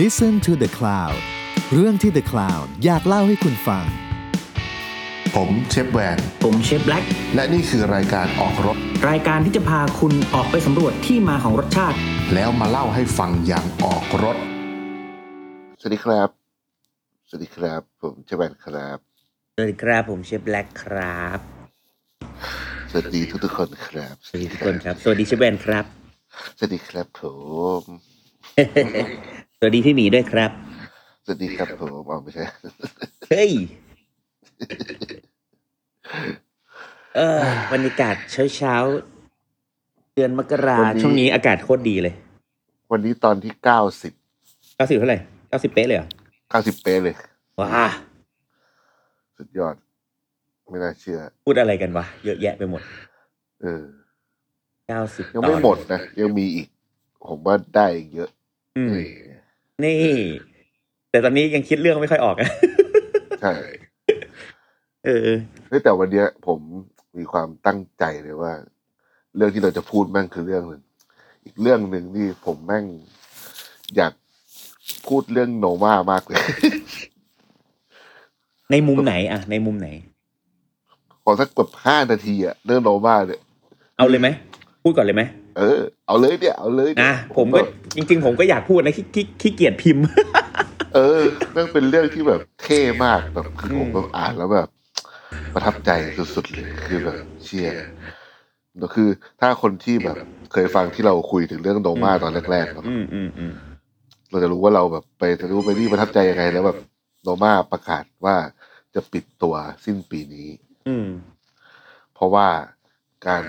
Listen to the Cloud เรื่องที่ The Cloud อยากเล่าให้คุณฟัง ผมเชฟแวน ผมเชฟแบล็ก และนี่คือรายการออกรถ รายการที่จะพาคุณออกไปสำรวจที่มาของรสชาติ แล้วมาเล่าให้ฟังอย่างออกรถ สวัสดีครับ สวัสดีครับ ผมเชฟแวนครับ สวัสดีครับผมเชฟแบล็กครับ สวัสดีทุกทุกๆคนครับ สวัสดีทุกคนครับ สวัสดีเชฟแบนครับ สวัสดีครับผม สวัสดีพี่หมีด้วยครับ สวัสดีครับผมเอาไม่ใช่ เฮ้ยเออบรรยากาศเช้าเช้าๆเดือนมกรา วันนี้ ช่วงนี้อากาศโคตรดีเลย วันนี้ตอนที่เก้าสิบ เก้าสิบเท่าไหร่เก้าสิบเป๊ะเลยเหรอ เก้าสิบเป๊ะเลย ว้า สุดยอด ไม่น่าเชื่อ พูดอะไรกันวะเยอะแยะไปหมด เออ เก้าสิบ ยังไม่หมดนะ ยังมีอีก ผมว่าได้อีกเยอะ อืมนี่ แต่ตอนนี้ยังคิดเรื่องไม่ค่อยออกอะ ใช่ เออ เฮ้ยแต่วันเนี้ย ผมมีความตั้งใจเลยว่า เรื่องที่เราจะพูดแม่งคือเรื่องหนึ่งอีกเรื่องหนึ่งที่ผมแม่งอยากพูดเรื่องโนมามากเลย ในมุมไหนอะในมุมไหน ขอสักแบบห้านาทีอะเรื่องโนมาเนี่ย เอาเลยไหมพูดก่อนเลยไหม เออเอาเลยเนี่ยเอาเลยเย นะผมก็ แบบ จริง ๆ ผมก็อยากพูดนะขี้ขี้ขี้เกียจพิมพ์ เออเรื่องเป็นเรื่องที่แบบเท่มากแบบคือผมแบบอ่านแล้วแบบ ประทับใจสุดๆเลยคือแบบเชียร์คือถ้าคนที่แบบเคยฟังที่เราคุยถึงเรื่องโนมาตอนแรกๆเนอะ อืมอืมอืม เราจะรู้ว่าเราแบบไปรู้ไปนี่ประทับใจยังไงแล้วแบบโนมาประกาศว่าจะปิดตัวสิ้นปีนี้ อืม เพราะว่าการ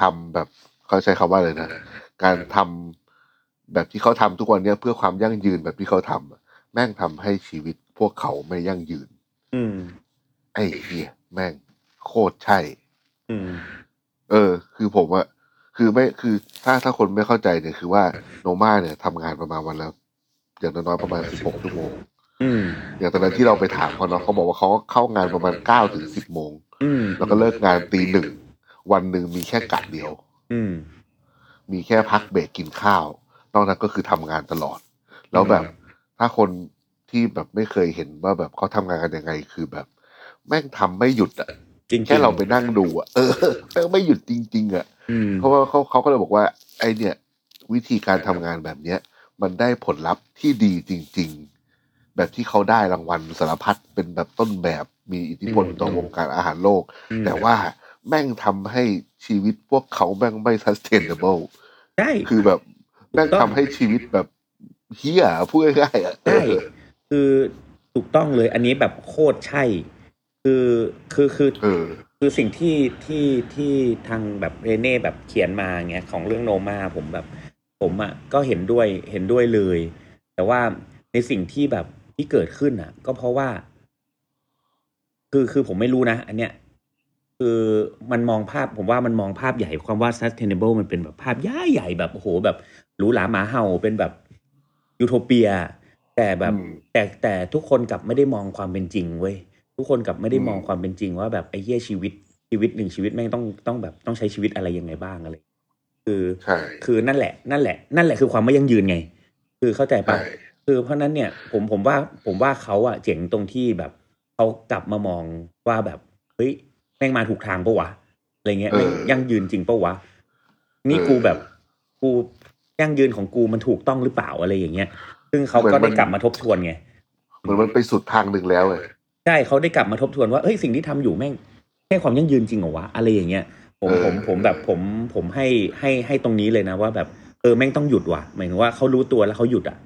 ทำแบบเขาใช้คำว่าเลยนะ การทำแบบที่เขาทำทุกวันเนี้ยเพื่อความยั่งยืนแบบที่เขาทำอะแม่งทำให้ชีวิตพวกเขาไม่ยั่งยืน อืม ไอ้เหี้ยแม่งโคตรใช่ อืม เออ คือผมอะคือไม่คือถ้าถ้าคนไม่เข้าใจเนี่ยคือว่าโนมาเนี่ยทำงานประมาณวันละอย่างน้อยๆประมาณสิบหกชั่วโมง อืม อย่างตอนนั้นที่เราไปถามเขาเนาะเขาบอกว่าเขาก็เข้างานประมาณเก้าถึงสิบโมง อืม แล้วก็เลิกงานตีหนึ่งวันหนึ่งมีแค่กะเดียว อืม มีแค่พักเบรกกินข้าว นอกนั้นก็คือทำงานตลอด แล้วแบบถ้าคนที่แบบไม่เคยเห็นว่าแบบเขาทำงานกันยังไงคือแบบ แม่งทำไม่หยุดอะ จริงๆ แค่เราไปนั่งดูอะเออแม่งไม่หยุดจริง ๆอะ อืม เพราะว่าเขาเขาก็เลยบอกว่า ไอเนี่ย วิธีการทำงานแบบเนี้ย มันได้ผลลัพธ์ที่ดีจริง ๆ แบบที่เขาได้รางวัลสารพัดเป็นแบบต้นแบบมีอิทธิพลต่อวงการอาหารโลก อืม แต่ว่าแม่งทำให้ชีวิตพวกเขาแม่งไม่ sustainable ใช่ คือแบบแม่งทำให้ชีวิตแบบเฮียพูดง่ายๆอะ ใช่คือถูกต้องเลยอันนี้แบบโคตรใช่ คือคือคือ เออ คือสิ่งที่ที่ที่ทางแบบเรเน่แบบเขียนมาเงี้ยของเรื่องโนมาผมแบบ ผมอะ่ะก็เห็นด้วยเห็นด้วยเลย แต่ว่าในสิ่งที่แบบที่เกิดขึ้นอะ่ะ ก็เพราะว่า คือคือผมไม่รู้นะ อันเนี้ย คือมันมองภาพผมว่ามันมองภาพใหญ่ความว่า sustainable มันเป็นแบบภาพใหญ่ใหญ่แบบโอ้โหแบบหรูหราหมาเห่าเป็นแบบยูโทเปีย แต่แบบ อืม แต่แต่ทุกคนกลับไม่ได้มองความเป็นจริงเว้ย ทุกคนกลับไม่ได้มองความเป็นจริงว่าแบบไอ้เหี้ยชีวิตชีวิตหนึ่งชีวิตแม่งต้องต้องแบบต้องใช้ชีวิตอะไรยังไงบ้างอะไร คือ ใช่ คือนั่นแหละ นั่นแหละ นั่นแหละคือความไม่ยั่งยืนไง คือเข้าใจปะ ใช่ คือเพราะฉะนั้นเนี่ยผมผมว่าผมว่าเขาอะเจ๋งตรงที่แบบเขากลับมามองว่าแบบเฮ้ยแม่งมาถูกทางปะวะอะไรเงี้ยแม่งยั่งยืนจริงปะวะนี่กูแบบกูยั่งยืนของกูมันถูกต้องหรือเปล่าอะไรอย่างเงี้ย ซึ่งเขาก็ได้กลับมาทบทวนไง เหมือนมันไปสุดทางหนึ่งแล้วเลย ใช่เขาได้กลับมาทบทวนว่าเอ้ยสิ่งที่ทำอยู่แม่งแค่ความยั่งยืนจริงเหรอวะอะไรอย่างเงี้ยผม เออ ผมผมแบบผมผมให้ให้ให้ตรงนี้เลยนะว่าแบบเออแม่งต้องหยุดว่ะหมายถึงว่าเขารู้ตัวแล้วเขาหยุดอ่ะ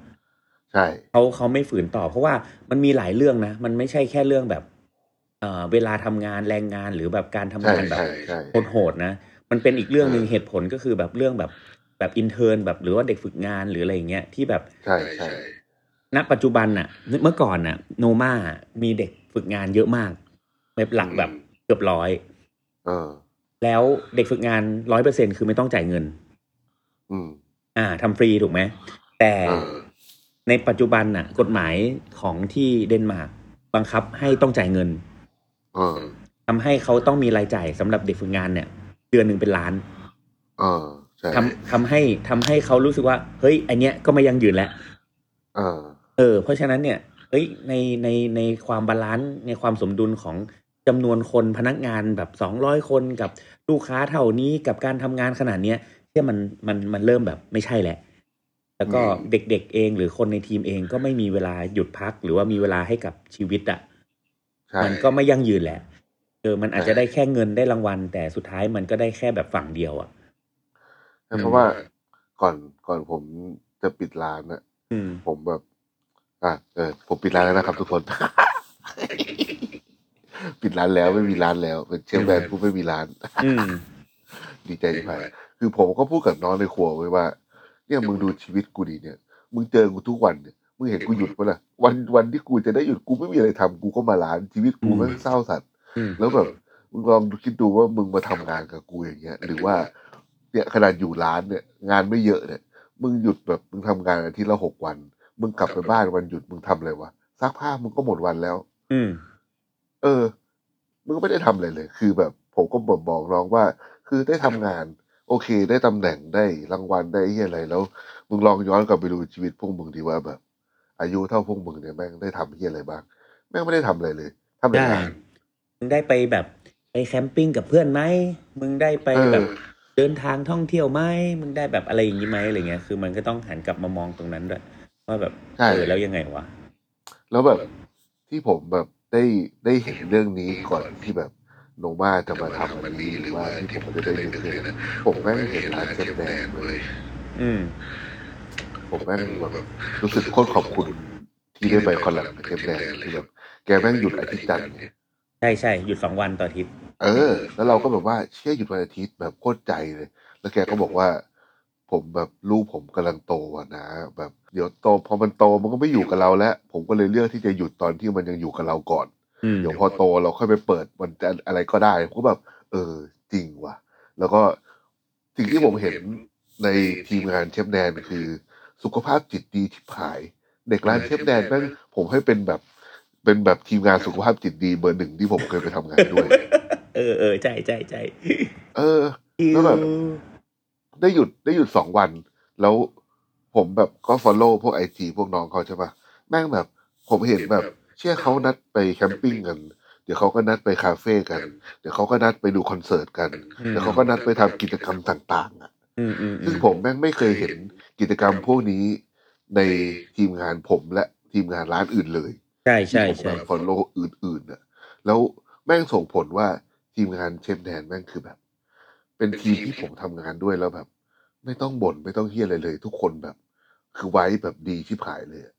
ใช่ เขาเขาไม่ฝืนต่อ เพราะว่ามันมีหลายเรื่องนะ มันไม่ใช่แค่เรื่องแบบเอ่อเวลาทำงานแรงงานหรือแบบการทำ ใช่ งานแบบ ใช่ใช่ โหดๆนะ มันเป็นอีกเรื่องหนึ่ง เออ เหตุผลก็คือแบบเรื่องแบบแบบอินเทอร์นแบบหรือว่าเด็กฝึกงานหรืออะไรอย่างเงี้ยที่แบบ ใช่ใช่ ณปัจจุบันน่ะ เมื่อก่อนน่ะ โนมามีเด็กฝึกงานเยอะมากแบบหลักแบบเกือบร้อย เออ แล้วเด็กฝึกงานร้อยเปอร์เซ็นคือไม่ต้องจ่ายเงิน อืม อ่าทำฟรีถูกไหม แต่ เออ ในปัจจุบันน่ะ กฎหมายของที่เดนมาร์กบังคับให้ต้องจ่ายเงิน เออ ทำให้เขาต้องมีรายจ่ายสำหรับเด็กฝึกงานเนี่ย เดือนหนึ่งเป็นล้าน เออ ใช่ ทำทำให้ทำให้เขารู้สึกว่า เฮ้ยอันเนี้ยก็ไม่ยั่งยืนแล้ว เออ เออเพราะฉะนั้นเนี่ยเอ้ยในในในความบาลานซ์ในความสมดุลของจำนวนคนพนักงานแบบสองร้อยคนกับลูกค้าเท่านี้กับการทำงานขนาดเนี้ยที่ยมันมันมันเริ่มแบบไม่ใช่แหละ แล้วก็ อืม เด็กๆเองหรือคนในทีมเองก็ไม่มีเวลาหยุดพัก หรือว่ามีเวลาให้กับชีวิตอ่ะ ใช่ มันก็ไม่ยั่งยืนแหละ เออ มันอาจ ใช่ จะได้แค่เงินได้รางวัล แต่สุดท้ายมันก็ได้แค่แบบฝั่งเดียวอ่ะ เพราะว่าก่อนก่อนผมจะปิดร้านอะ อืม ผมแบบ อ่ะเออผมปิดร้านแล้วนะครับทุกคน ปิดร้านแล้วไม่มีร้านแล้ว เป็นเชฟแบนผู้ไม่มีร้าน อืม ดีใจไปคือผมก็พูดกับน้องในครัวไว้ว่า เนี่ยมึงดูชีวิตกูดีเนี่ย มึงเจอกูทุกวันเนี่ย มึงเห็นกูหยุดปะล่ะ วันวันที่กูจะได้หยุดกูไม่มีอะไรทำกูก็มาร้านชีวิตกู อืม แม่งเศร้าสัตว์ อืม แล้วแบบมึงลองคิดดูว่ามึงมาทำงานกับกูอย่างเงี้ย หรือว่า เนี่ยขนาดอยู่ร้านเนี่ย งานไม่เยอะเนี่ย มึงหยุดแบบมึงทำงานอาทิตย์ละหกวัน มึงกลับไปบ้านวันหยุดมึงทำอะไรวะซักผ้ามึงก็หมดวันแล้ว อืม เออ มึงก็ไม่ได้ทำอะไรเลย คือแบบ ผมก็บอกบอกน้องว่า คือได้ทำงาน โอเค ได้ตำแหน่งได้รางวัลได้ไอ้เหี้ยอะไรแล้ว มึงลองย้อนกลับไปดูชีวิตพวกมึงดีว่าแบบ อายุเท่าพวกมึงเนี่ยแม่งได้ทำเหี้ยอะไรบ้าง แม่งไม่ได้ทำอะไรเลยทำแต่ ได้ งาน มึงได้ไปแบบไปแคมปิ้งกับเพื่อนไหม มึงได้ไป เออ แบบเดินทางท่องเที่ยวไหม มึงได้แบบอะไรอย่างนี้ไหมอะไรเงี้ย คือมันก็ต้องหันกลับมามองตรงนั้นด้วยว่าแบบ ใช่ เออแล้วยังไงวะ แล้วแบบที่ผมแบบได้ได้เห็นเรื่องนี้ก่อนที่แบบโนมาจะมาทำอันนี้หรือว่าที่ผมจะได้ดูเนี่ยนะผมแม่งเห็นร้านเชฟแดงเลย อืม ผมแม่งแบบรู้สึกโคตรขอบคุณที่ได้ไปคอลแลบกับเทปแดงคือแบบแกแม่งหยุดอาทิตย์จันทร์ไง ใช่ใช่หยุดสองวันต่ออาทิตย์ เออ แล้วเราก็แบบว่าเชื่อหยุดวันอาทิตย์แบบโคตรใจเลย แล้วแกก็บอกว่า ผมแบบลูกผมกำลังโตอะนะแบบเดี๋ยวโตพอมันโตมันก็ไม่อยู่กับเราแล้ว ผมก็เลยเลือกที่จะหยุดตอนที่มันยังอยู่กับเราก่อน อืม เดี๋ยวพอโตเราค่อยไปเปิดวันจะอะไรก็ได้ผมก็แบบ เออ จริงว่ะ แล้วก็สิ่งที่ผมเห็นในทีมงานเชฟแนนคือ สุขภาพจิตดีที่ผาย เด็กร้านเชฟแนนนั่นผมให้เป็นแบบ เป็นแบบทีมงานสุขภาพจิตดีเบอร์หนึ่งที่ผมเคยไปทำงาน ด้วย เออเออใช่ใช่ใช่ เออ แล้วแบบ ได้หยุดได้หยุดสองวัน แล้วผมแบบก็ฟอลโล่พวกไอจีพวกน้องเขาใช่ปะแม่งแบบ ผมเห็นแบบ เชื่อเขานัดไปแคมปิ้งกัน เดี๋ยวเขาก็นัดไปคาเฟ่กัน เดี๋ยวเขาก็นัดไปดูคอนเสิร์ตกัน อืม แล้วเขาก็นัดไปทำกิจกรรมต่างๆอะ อืมอืมอื ซึ่ง ม ผมแม่งไม่เคยเห็นกิจกรรมพวกนี้ในทีมงานผมและทีมงานร้านอื่นเลย ใช่ใช่ใช่ ฟอลโล่อื่นๆน่ะ แล้วแม่งส่งผลว่าทีมงานเชฟแดนแม่งคือแบบ เป็นทีมที่ผมทำงานด้วยแล้วแบบ ไม่ต้องบ่นไม่ต้องเฮียอะไรเลย ทุกคนแบบ คือไว้แบบดีชิบหายเลยอะ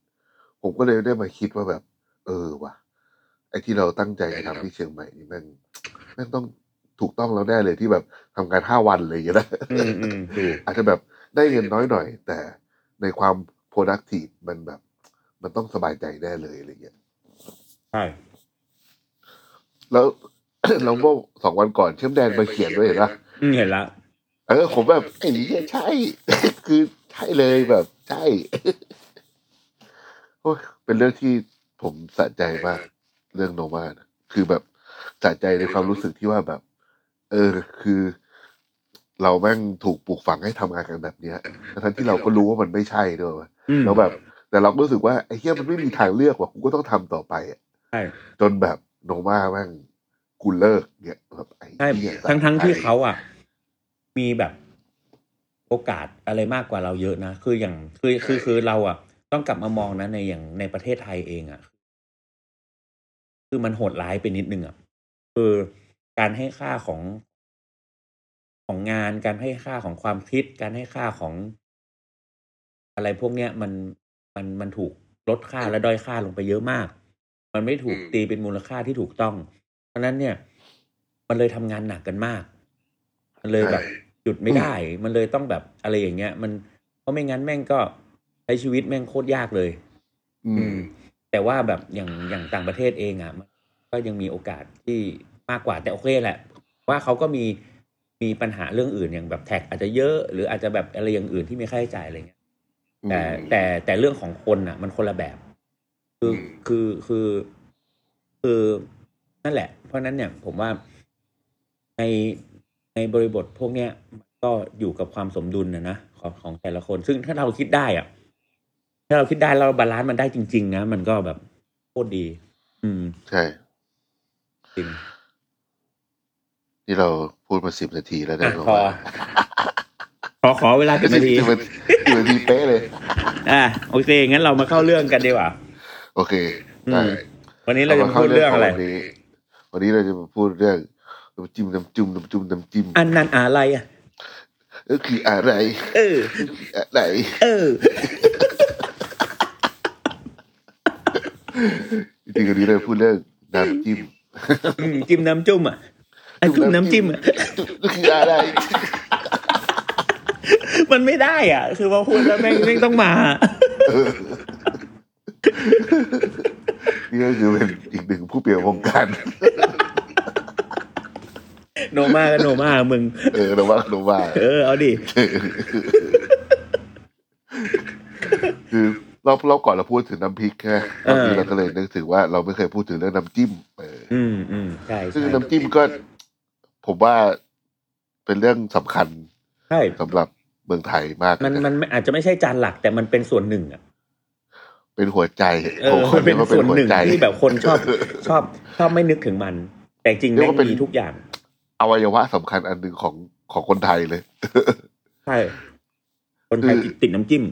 ผมก็เลยได้มาคิดว่าแบบ เออว่ะไอ้ที่เราตั้งใจจะทำที่เชียงใหม่นี่แม่งแม่งต้องถูกต้องแล้วแน่เลยที่แบบทำงานห้าวันเลยอย่างเงี้ยนะ อืมอืมถูก อาจจะแบบได้เงินน้อยหน่อย แต่ในความ productive มันแบบ มันต้องสบายใจแน่เลยอะไรเงี้ย ใช่ แล้ว เราเมื่อสองวันก่อนเชื่อมแดนมาเขียนด้วยเห็นปะ อืมเห็นละ เออผมแบบไอ้นี่ใช่ คือใช่เลยแบบใช่ โอ้ยเป็นเรื่องที่ผมสะใจมาก เรื่องโนมานะคือแบบสะใจในความรู้สึกที่ว่าแบบ เออคือ เราแม่งถูกปลูกฝังให้ทำงานกันแบบเนี้ยทั้งๆที่เราก็รู้ว่ามันไม่ใช่ด้วยวะ อืม แล้วแบบ แต่เราก็รู้สึกว่าไอ้เฮียมันไม่มีทางเลือกว่ะกูก็ต้องทำต่อไปอะ ใช่ จนแบบโนมาแม่งกูเลิกเนี่ยแบบไอ้ ใช่ เหี้ย ทั้งทั้งที่เขาอ่ะ มีแบบโอกาสอะไรมากกว่าเราเยอะนะ คืออย่างคือคือคือเราอ่ะ ต้องกลับมามองนะในอย่างในประเทศไทยเองอ่ะ คือมันโหดร้ายไปนิดนึงอ่ะคือการให้ค่าของของงานการให้ค่าของความคิด การให้ค่าของ อะไรพวกเนี้ยมันมันมันถูกลดค่าและด้อยค่าลงไปเยอะมาก มันไม่ถูกตีเป็นมูลค่าที่ถูกต้อง เพราะฉะนั้นเนี่ย มันเลยทำงานหนักกันมาก มันเลยแบบหยุดไม่ได้ มันเลยต้องแบบอะไรอย่างเงี้ย มันเพราะไม่งั้นแม่งก็ใช้ชีวิตแม่งโคตรยากเลย อืม แต่ว่าแบบอย่างอย่างต่างประเทศเองอ่ะมันก็ยังมีโอกาสที่มากกว่าแต่โอเคแหละ ว่าเขาก็มีมีปัญหาเรื่องอื่นอย่างแบบแท็กอาจจะเยอะหรืออาจจะแบบอะไรอย่างอื่นที่มีค่าใช้จ่ายอะไรเงี้ย แต่แต่แต่เรื่องของคนอ่ะ มันคนละแบบ คือ อืม คือคือคือนั่นแหละ เพราะฉะนั้นเนี่ย ผมว่าในในบริบทพวกเนี้ยมันก็อยู่กับความสมดุลนะนะของของแต่ละคน ซึ่งถ้าเราคิดได้อ่ะ ถ้าเราคิดได้แล้วเราบาลานซ์มันได้จริงๆนะมันก็แบบโคตรดี อืม ใช่ จริง นี่เราพูดมาสิบนาทีแล้วนะ อ่ะพอขอขอเวลาสิบบสินา ที นาที สิบนาทีเป๊ะเลย อ่ะโอเคงั้นเรามาเข้าเรื่องกันดีกว่า โอเค อื ได้ ม วันนี้เราจะมาพูดเรื่องอะไร ามาเข้าเรื่องของวันนี้วันนี้เราจะมาพูดเรื่องน้ำจิ้มน้ำจุ่มน้ำจุ่มน้ำจิ้ม อันนั้นอะไรอ่ะ เออคืออะไร เออ อะไร เออ จริงๆวันนี้เราจะพูดเรื่องน้ำจิ้ม อืมจิ้มน้ำจุ่มอ่ะไอ้จุ่มน้ำจิ้มอ่ะ ก็คืออะไร มันไม่ได้อ่ะ คือพอพูดแล้วแม่งแม่งต้องมา นี่ก็คือเป็นอีกหนึ่งผู้เปลี่ยนวงการ โนมาก็โนมามึง เออนะว่าโนว่า เออ เอาดิ คือรอบรอบก่อนเราพูดถึงน้ำพริกใช่ไหม เอ รออบนี้เราก็เลยนึกถึงว่าเราไม่เคยพูดถึงเรื่องน้ำจิ้มเออ อืมอืมใช่ ซึ่ง ใช่ น้ำจิ้มก็ ผมว่าเป็นเรื่องสำคัญ ใช่ สำหรับเมืองไทยมาก มัน นะ มันอาจจะไม่ใช่จานหลัก แต่มันเป็นส่วนหนึ่งอ่ะ เป็นหัวใจ เออ ผม มันเป็น รียกา ส่วนหนึ่ง ใจ ที่แบบคนชอบชอบชอบไม่นึกถึงมัน แต่จริง เรีย แม่ ก ง ว่าเป็น มีทุกอย่าง อวัยวะสำคัญอันหนึ่งของของคนไทยเลย ใช่ คนไทยติดติดน้ำจิ้ม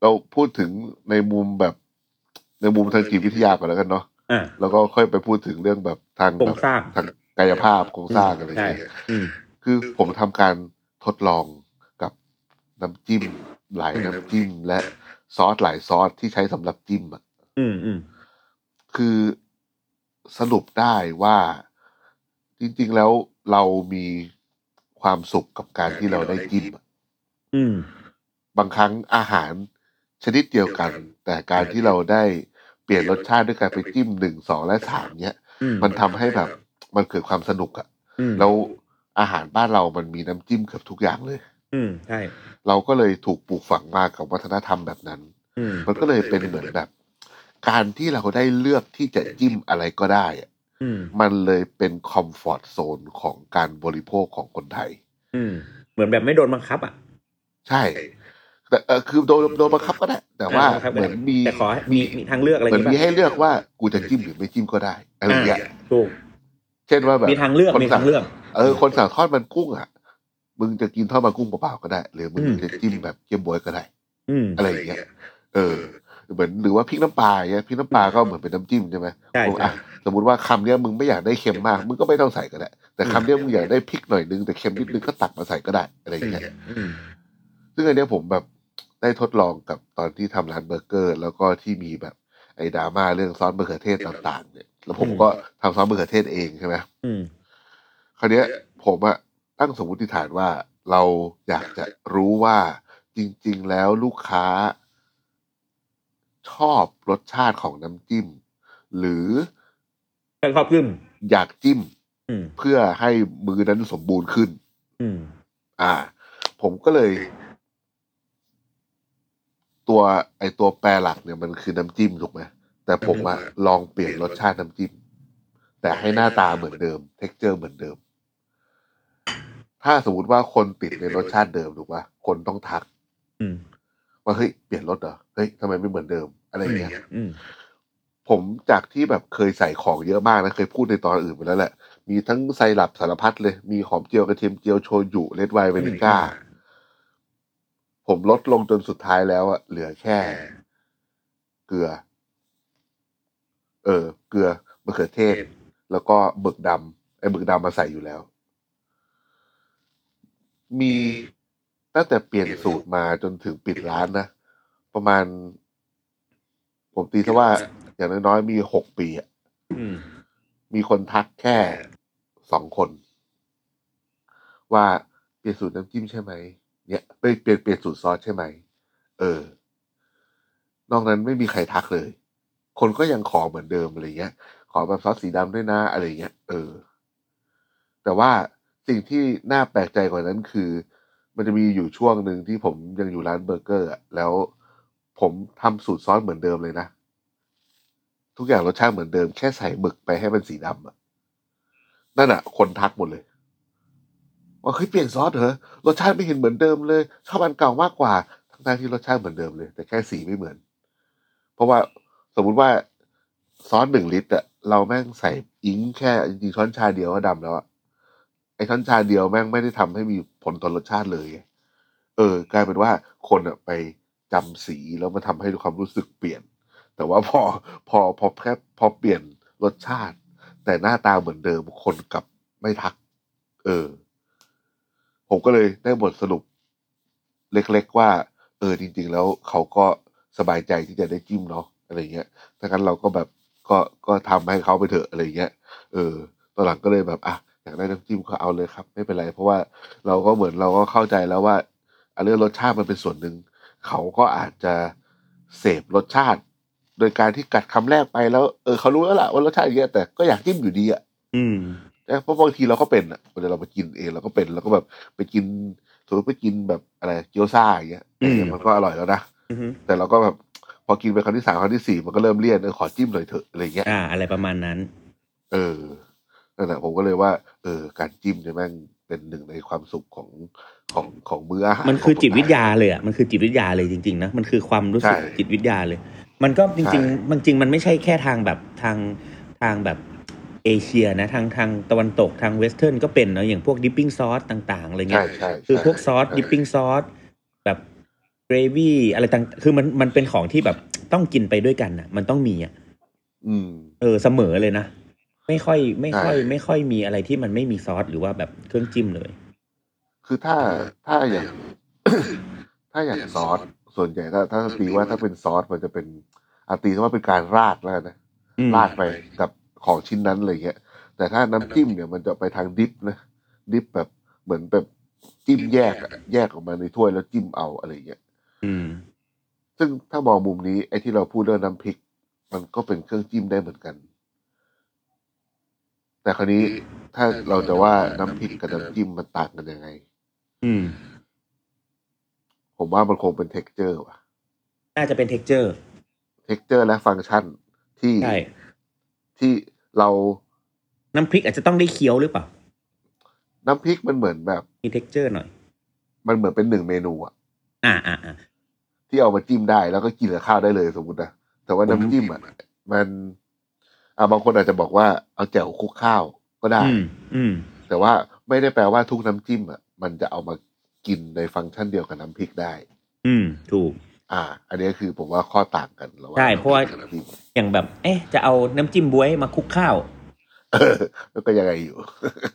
เราพูดถึงในมุมแบบ ในมุมทางจิตวิทยาก่อนแล้วกันเนาะ อ่ะ แล้วก็ค่อยไปพูดถึงเรื่องแบบทาง โครงสร้าง แบบทางกายภาพโครงสร้างอะไรอย่างเงี้ย อืม คือผมทำการทดลองกับน้ำจิ้มหลายน้ำจิ้ม และซอสหลายซอสที่ใช้สำหรับจิ้มอะ อืมอืม คือสรุปได้ว่าจริงๆแล้วเรามีความสุขกับการที่เราได้จิ้มอะ อืม บางครั้งอาหารชนิดเดียวกัน แต่การที่เราได้เปลี่ยนรสชาติด้วยการไปจิ้มหนึ่งสองและสามเนี้ย อืม มันทำให้แบบมันเกิดความสนุกอะ อืม แล้วอาหารบ้านเรามันมีน้ำจิ้มเกือบทุกอย่างเลย อืมใช่ เราก็เลยถูกปลูกฝังมากับวัฒนธรรมแบบนั้น อืม มันก็เลยเป็นเหมือนแบบ การที่เราได้เลือกที่จะจิ้มอะไรก็ได้อะ อืม มันเลยเป็นคอมฟอร์ตโซนของการบริโภคของคนไทย อืม เหมือนแบบไม่โดนบังคับ อ่ะ ใช่ แต่เอ่อคือโดนโดนบังคับก็ได้ แต่ว่า บังคับ เหมือนมี แต่ขอให้มีมีทางเลือกอะไรอ เหมื ย่า อง น งี้ มี ป่ะ ให้เลือกว่ากูจะจิ้มหรือไม่จิ้มก็ได้อะไรอย่างเงี้ย ถูก เช่นว่าแบบ มีทางเลือก คน มี สั่ ทางเลือก เออคนสั่งทอดมันกุ้งอ่ะมึงจะกินทอดมันกุ้งเปล่าๆก็ได้ หรือมึง อืม จะจิ้มแบบเกี๊ยวบวยก็ได้ อืม อะไรอย่างเงี้ย เออ เหมือนหรือว่าพริกน้ำปลาอย่างเงี้ยพริกน้ำปลาก็เหมือนเป็นน้ำจิ้มใช่ไหม ใช่ใช่ อ่ะสมมติว่าคำเนี้ยมึงไม่อยากได้เค็มมาก มึงก็ไม่ต้องใส่ก็ได้ แต่คำเนี้ยมึงอยากได้พริกหน่อยนึงแต่เค็มนิดนึงก็ตักมาใส่ก็ได้อะไรอย่างเงี้ย อืม ซึ่งอันเนี้ยผมแบบได้ทดลองกับตอนที่ทำร้านเบอร์เกอร์ แล้วก็ที่มีแบบไอ้ดราม่าเรื่องซอสมะเขือเทศต่างๆเนี่ย แล้วผมก็ทำซอสมะเขือเทศเองใช่ไหม อืม คราวเนี้ยผมอะตั้งสมมติฐานว่าเราอยากจะรู้ว่าจริง ๆ แล้วลูกค้า ชอบรสชาติของน้ำจิ้ม หรือ ชอบขึ้น อยากจิ้ม อืม เพื่อให้มือนั้นสมบูรณ์ขึ้น อืม อ่า ผมก็เลย ตัวไอตัวแปรหลักเนี่ยมันคือน้ำจิ้มถูกไหมแต่ผมอะลองเปลี่ยนรสชาติน้ำจิ้ม แต่ให้หน้าตาเหมือนเดิม เท็กเจอร์เหมือนเดิม ถ้าสมมติว่าคนติดในรสชาติเดิมถูกป่ะคนต้องทัก อืม ว่าเฮ้ยเปลี่ยนรสเหรอเฮ้ยทำไมไม่เหมือนเดิม อะไรอย่างเงี้ย อืม ผมจากที่แบบเคยใส่ของเยอะมากนะ เคยพูดในตอนอื่นไปแล้วแหละ มีทั้งไซรัปสารพัดเลย มีหอมเจียวกระเทียมเจียวโชยุเลดไวน์เวนิก้า ผมลดลงจนสุดท้ายแล้วอะเหลือแค่ เกลือ เออ เกลือมะเขือเทศ แล้วก็หมึกดำไอ้หมึกดำมาใส่อยู่แล้ว มีตั้งแต่เปลี่ยนสูตรมาจนถึงปิดร้านนะ ประมาณ ผมตีซะว่า อย่างน้อยๆมีหกปีอะ อืม มีคนทักแค่สองคน ว่าเปลี่ยนสูตรน้ำจิ้มใช่ไหมเนี่ยเอ้ยเปลี่ยนเปลี่ยนสูตรซอสใช่ไหมเออ นอกนั้นไม่มีใครทักเลย คนก็ยังขอเหมือนเดิมอะไรเงี้ย ขอแบบซอสสีดำด้วยนะอะไรเงี้ยเออ แต่ว่าสิ่งที่น่าแปลกใจกว่านั้นคือ มันจะมีอยู่ช่วงหนึ่งที่ผมยังอยู่ร้านเบอร์เกอร์อะแล้วผมทำสูตรซอสเหมือนเดิมเลยนะ ทุกอย่างรสชาติเหมือนเดิมแค่ใส่หมึกไปให้มันสีดำอะนั่นอะคนทักหมดเลย ว่าเฮ้ยเปลี่ยนซอสเหรอรสชาติไม่เห็นเหมือนเดิมเลยชอบอันเก่ามากกว่า แป้งที่รสชาติเหมือนเดิมเลย แต่แค่สีไม่เหมือน เพราะว่าสมมุติว่าซอสหนึ่งลิตรอะเราแม่งใส่อิงแค่จริงๆช้อนชาเดียวก็ดำแล้วอะไอช้อนชาเดียวแม่งไม่ได้ทำให้มีผลต่อรสชาติเลยไงเออ กลายเป็นว่าคนอะไปจำสีแล้วมันทำให้ความรู้สึกเปลี่ยน แต่ว่าพอพอพอแค่พอเปลี่ยนรสชาติ แต่หน้าตาเหมือนเดิมคนกลับไม่ทัก เออ ผมก็เลยได้บทสรุป เล็กๆว่า เออจริง ๆ แล้วเขาก็สบายใจที่จะได้จิ้มเนาะอะไรเงี้ยดังนั้นเราก็แบบก็ก็ทำให้เขาไปเถอะอะไรเงี้ย เออตอนหลังก็เลยแบบอ่ะอยากได้น้ำจิ้มก็เอาเลยครับ ไม่เป็นไร เพราะว่าเราก็เหมือนเราก็เข้าใจแล้วว่าอ่ะเรื่องรสชาติมันเป็นส่วนหนึ่ง เขาก็อาจจะเสพรสชาติ โดยการที่กัดคำแรกไปแล้วเออเขารู้แล้วล่ะว่ารสชาติอย่างเงี้ยแต่ก็อยากจิ้มอยู่ดีอะ อืม นะเพราะบางทีเราก็เป็นอ่ะเวลาเราไปกินเองเราก็เป็นเราก็แบบไปกินสมมติไปกินแบบอะไรเกี๊ยวซ่าอย่างเงี้ย อืม มันก็อร่อยแล้วนะ อือฮึ แต่เราก็แบบพอกินไปครั้งที่สามครั้งที่สี่มันก็เริ่มเลี่ยนเออขอจิ้มหน่อยเถอะอะไรเงี้ย อ่า อะไรประมาณนั้น เออนั่นแหละผมก็เลยว่า เออ การจิ้มเนี่ยแม่งเป็นหนึ่งในความสุขของของของมื้ออาหาร มันคือ ขง จิตวิทยา คนไท เลยอ่ะมันคือจิตวิทยาเลยจริงๆนะมันคือความรู้สึก ใช่ จิตวิทยาเลย มันก็จริงๆมันจริงมันไม่ใช่แค่ทางแบบทางทางแบบเอเชียนะทางทางตะวันตกทางเวสเทิร์นก็เป็นเนอะอย่างพวกดิปปิ้งซอสต่างๆอะไรเงี้ย ใช่ใช่ คือพวกซอส ใช่ ดิปปิ้งซอสแบบเกรวี่อะไรต่างคือมันมันเป็นของที่แบบต้องกินไปด้วยกันอ่ะ มันต้องมีอ่ะ อืม เออเสมอเลยนะไม่ค่อยไม่ค่อย ใช่ ไม่ค่อยมีอะไรที่มันไม่มีซอสหรือว่าแบบเครื่องจิ้มเลย คือถ้าถ้าอย่าง ถ้าอย่างซอสส่วนใหญ่ถ้าถ้าตีว่าถ้าเป็นซอสมันจะเป็นอาตีว่าเป็นการราดแล้วกันนะ อืม ราดไปกับของชิ้นนั้นอะไรเงี้ย แต่ถ้าน้ำจิ้มเนี่ยมันจะไปทางดิฟนะดิฟแบบเหมือนแบบจิ้มแยกอะแยกออกมาในถ้วยแล้วจิ้มเอาอะไรเงี้ย อืม ซึ่งถ้ามองมุมนี้ไอ้ที่เราพูดเรื่องน้ำพริก มันก็เป็นเครื่องจิ้มได้เหมือนกัน แต่คราวนี้ถ้าเราจะว่าน้ำพริกกับน้ำจิ้มมันต่างกันยังไง อืม ผมว่ามันคงเป็นเท็กเจอร์ว่ะ น่าจะเป็นเท็กเจอร์ เท็กเจอร์และฟังก์ชันที่ ใช่ ที่เรา น้ำพริกอาจจะต้องได้เคี้ยวหรือเปล่า น้ำพริกมันเหมือนแบบ มีเท็กเจอร์หน่อย มันเหมือนเป็นหนึ่งเมนูอะ อ่าอ่าอ่า ที่เอามาจิ้มได้แล้วก็กินกับข้าวได้เลยสมมตินะแต่ว่าน้ำจิ้มอ่ะมันอ่าบางคนอาจจะบอกว่าเอาแจ่วคลุกข้าวก็ได้ อืม อืม แต่ว่าไม่ได้แปลว่าทุกน้ำจิ้มอ่ะมันจะเอามากินในฟังก์ชันเดียวกับน้ำพริกได้ อืม ถูก อ่า อันนี้คือผมว่าข้อต่างกันระหว่าง ใช่เพราะว่า น้ำพริกกับน้ำจิ้ม อย่างแบบ เอ๊ะ จะเอาน้ำจิ้มบวยมาคลุกข้าว เออแล้วก็ ยังไงอยู่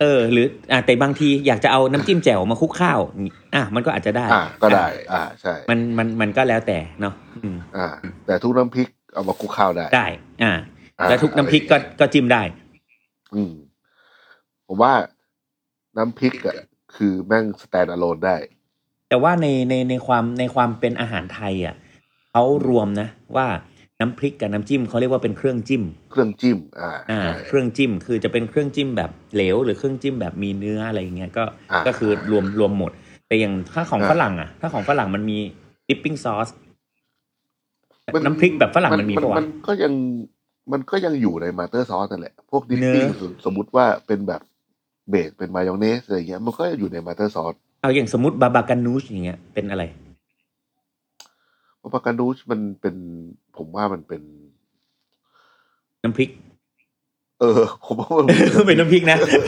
เออ หรือ อ่าแต่บางทีอยากจะเอาน้ำจิ้มแจ่วมาคลุกข้าวอย่างงี้อ่ะมันก็อาจจะได้ อ่าก็ได้ อ่าใช่ มัน มัน มันก็แล้วแต่เนาะ อืม อ่า แต่ทุกน้ำพริกเอามาคลุกข้าวได้ ได้ อ่า อ่า แล้วทุกน้ำพริกก็ ก็จิ้มได้ อืมผมว่าน้ำพริกอ่ะคือแม่งสแตนด์อะโลนได้ แต่ว่าในในในความในความเป็นอาหารไทยอ่ะเขารวมนะ ว่าน้ำพริกกับน้ำจิ้มเขาเรียกว่าเป็นเครื่องจิ้ม เครื่องจิ้ม อ่า อ่า ใช่ เครื่องจิ้มคือจะเป็นเครื่องจิ้มแบบเหลว หรือเครื่องจิ้มแบบมีเนื้ออะไรอย่างเงี้ยก็ อ่า ก็คือรวมรวมหมด แต่อย่างถ้าของ อ่า ฝรั่งอ่ะ ถ้าของฝรั่งมันมีดิปปิ้งซอส มั น้ำพริกแบบฝรั่งมันมีปะวะ มันก็ยังมันก็ยังอยู่ในมาเตอร์ซอสนั่นแหละ พวกดิป เนอะ ปิ้งสมมติว่าเป็นแบบเบสเป็นมายองเนสอะไรเงี้ยมันก็อยู่ในมาเตอร์ซอส เอาอย่างสมมติบาบากันนูชอย่างเงี้ยเป็นอะไร เพราะปากานูชมันเป็น ผมว่ามันเป็น น้ำพริก เออ ผมว่ามันเป็น เป็น น้ำพริกนะ เออ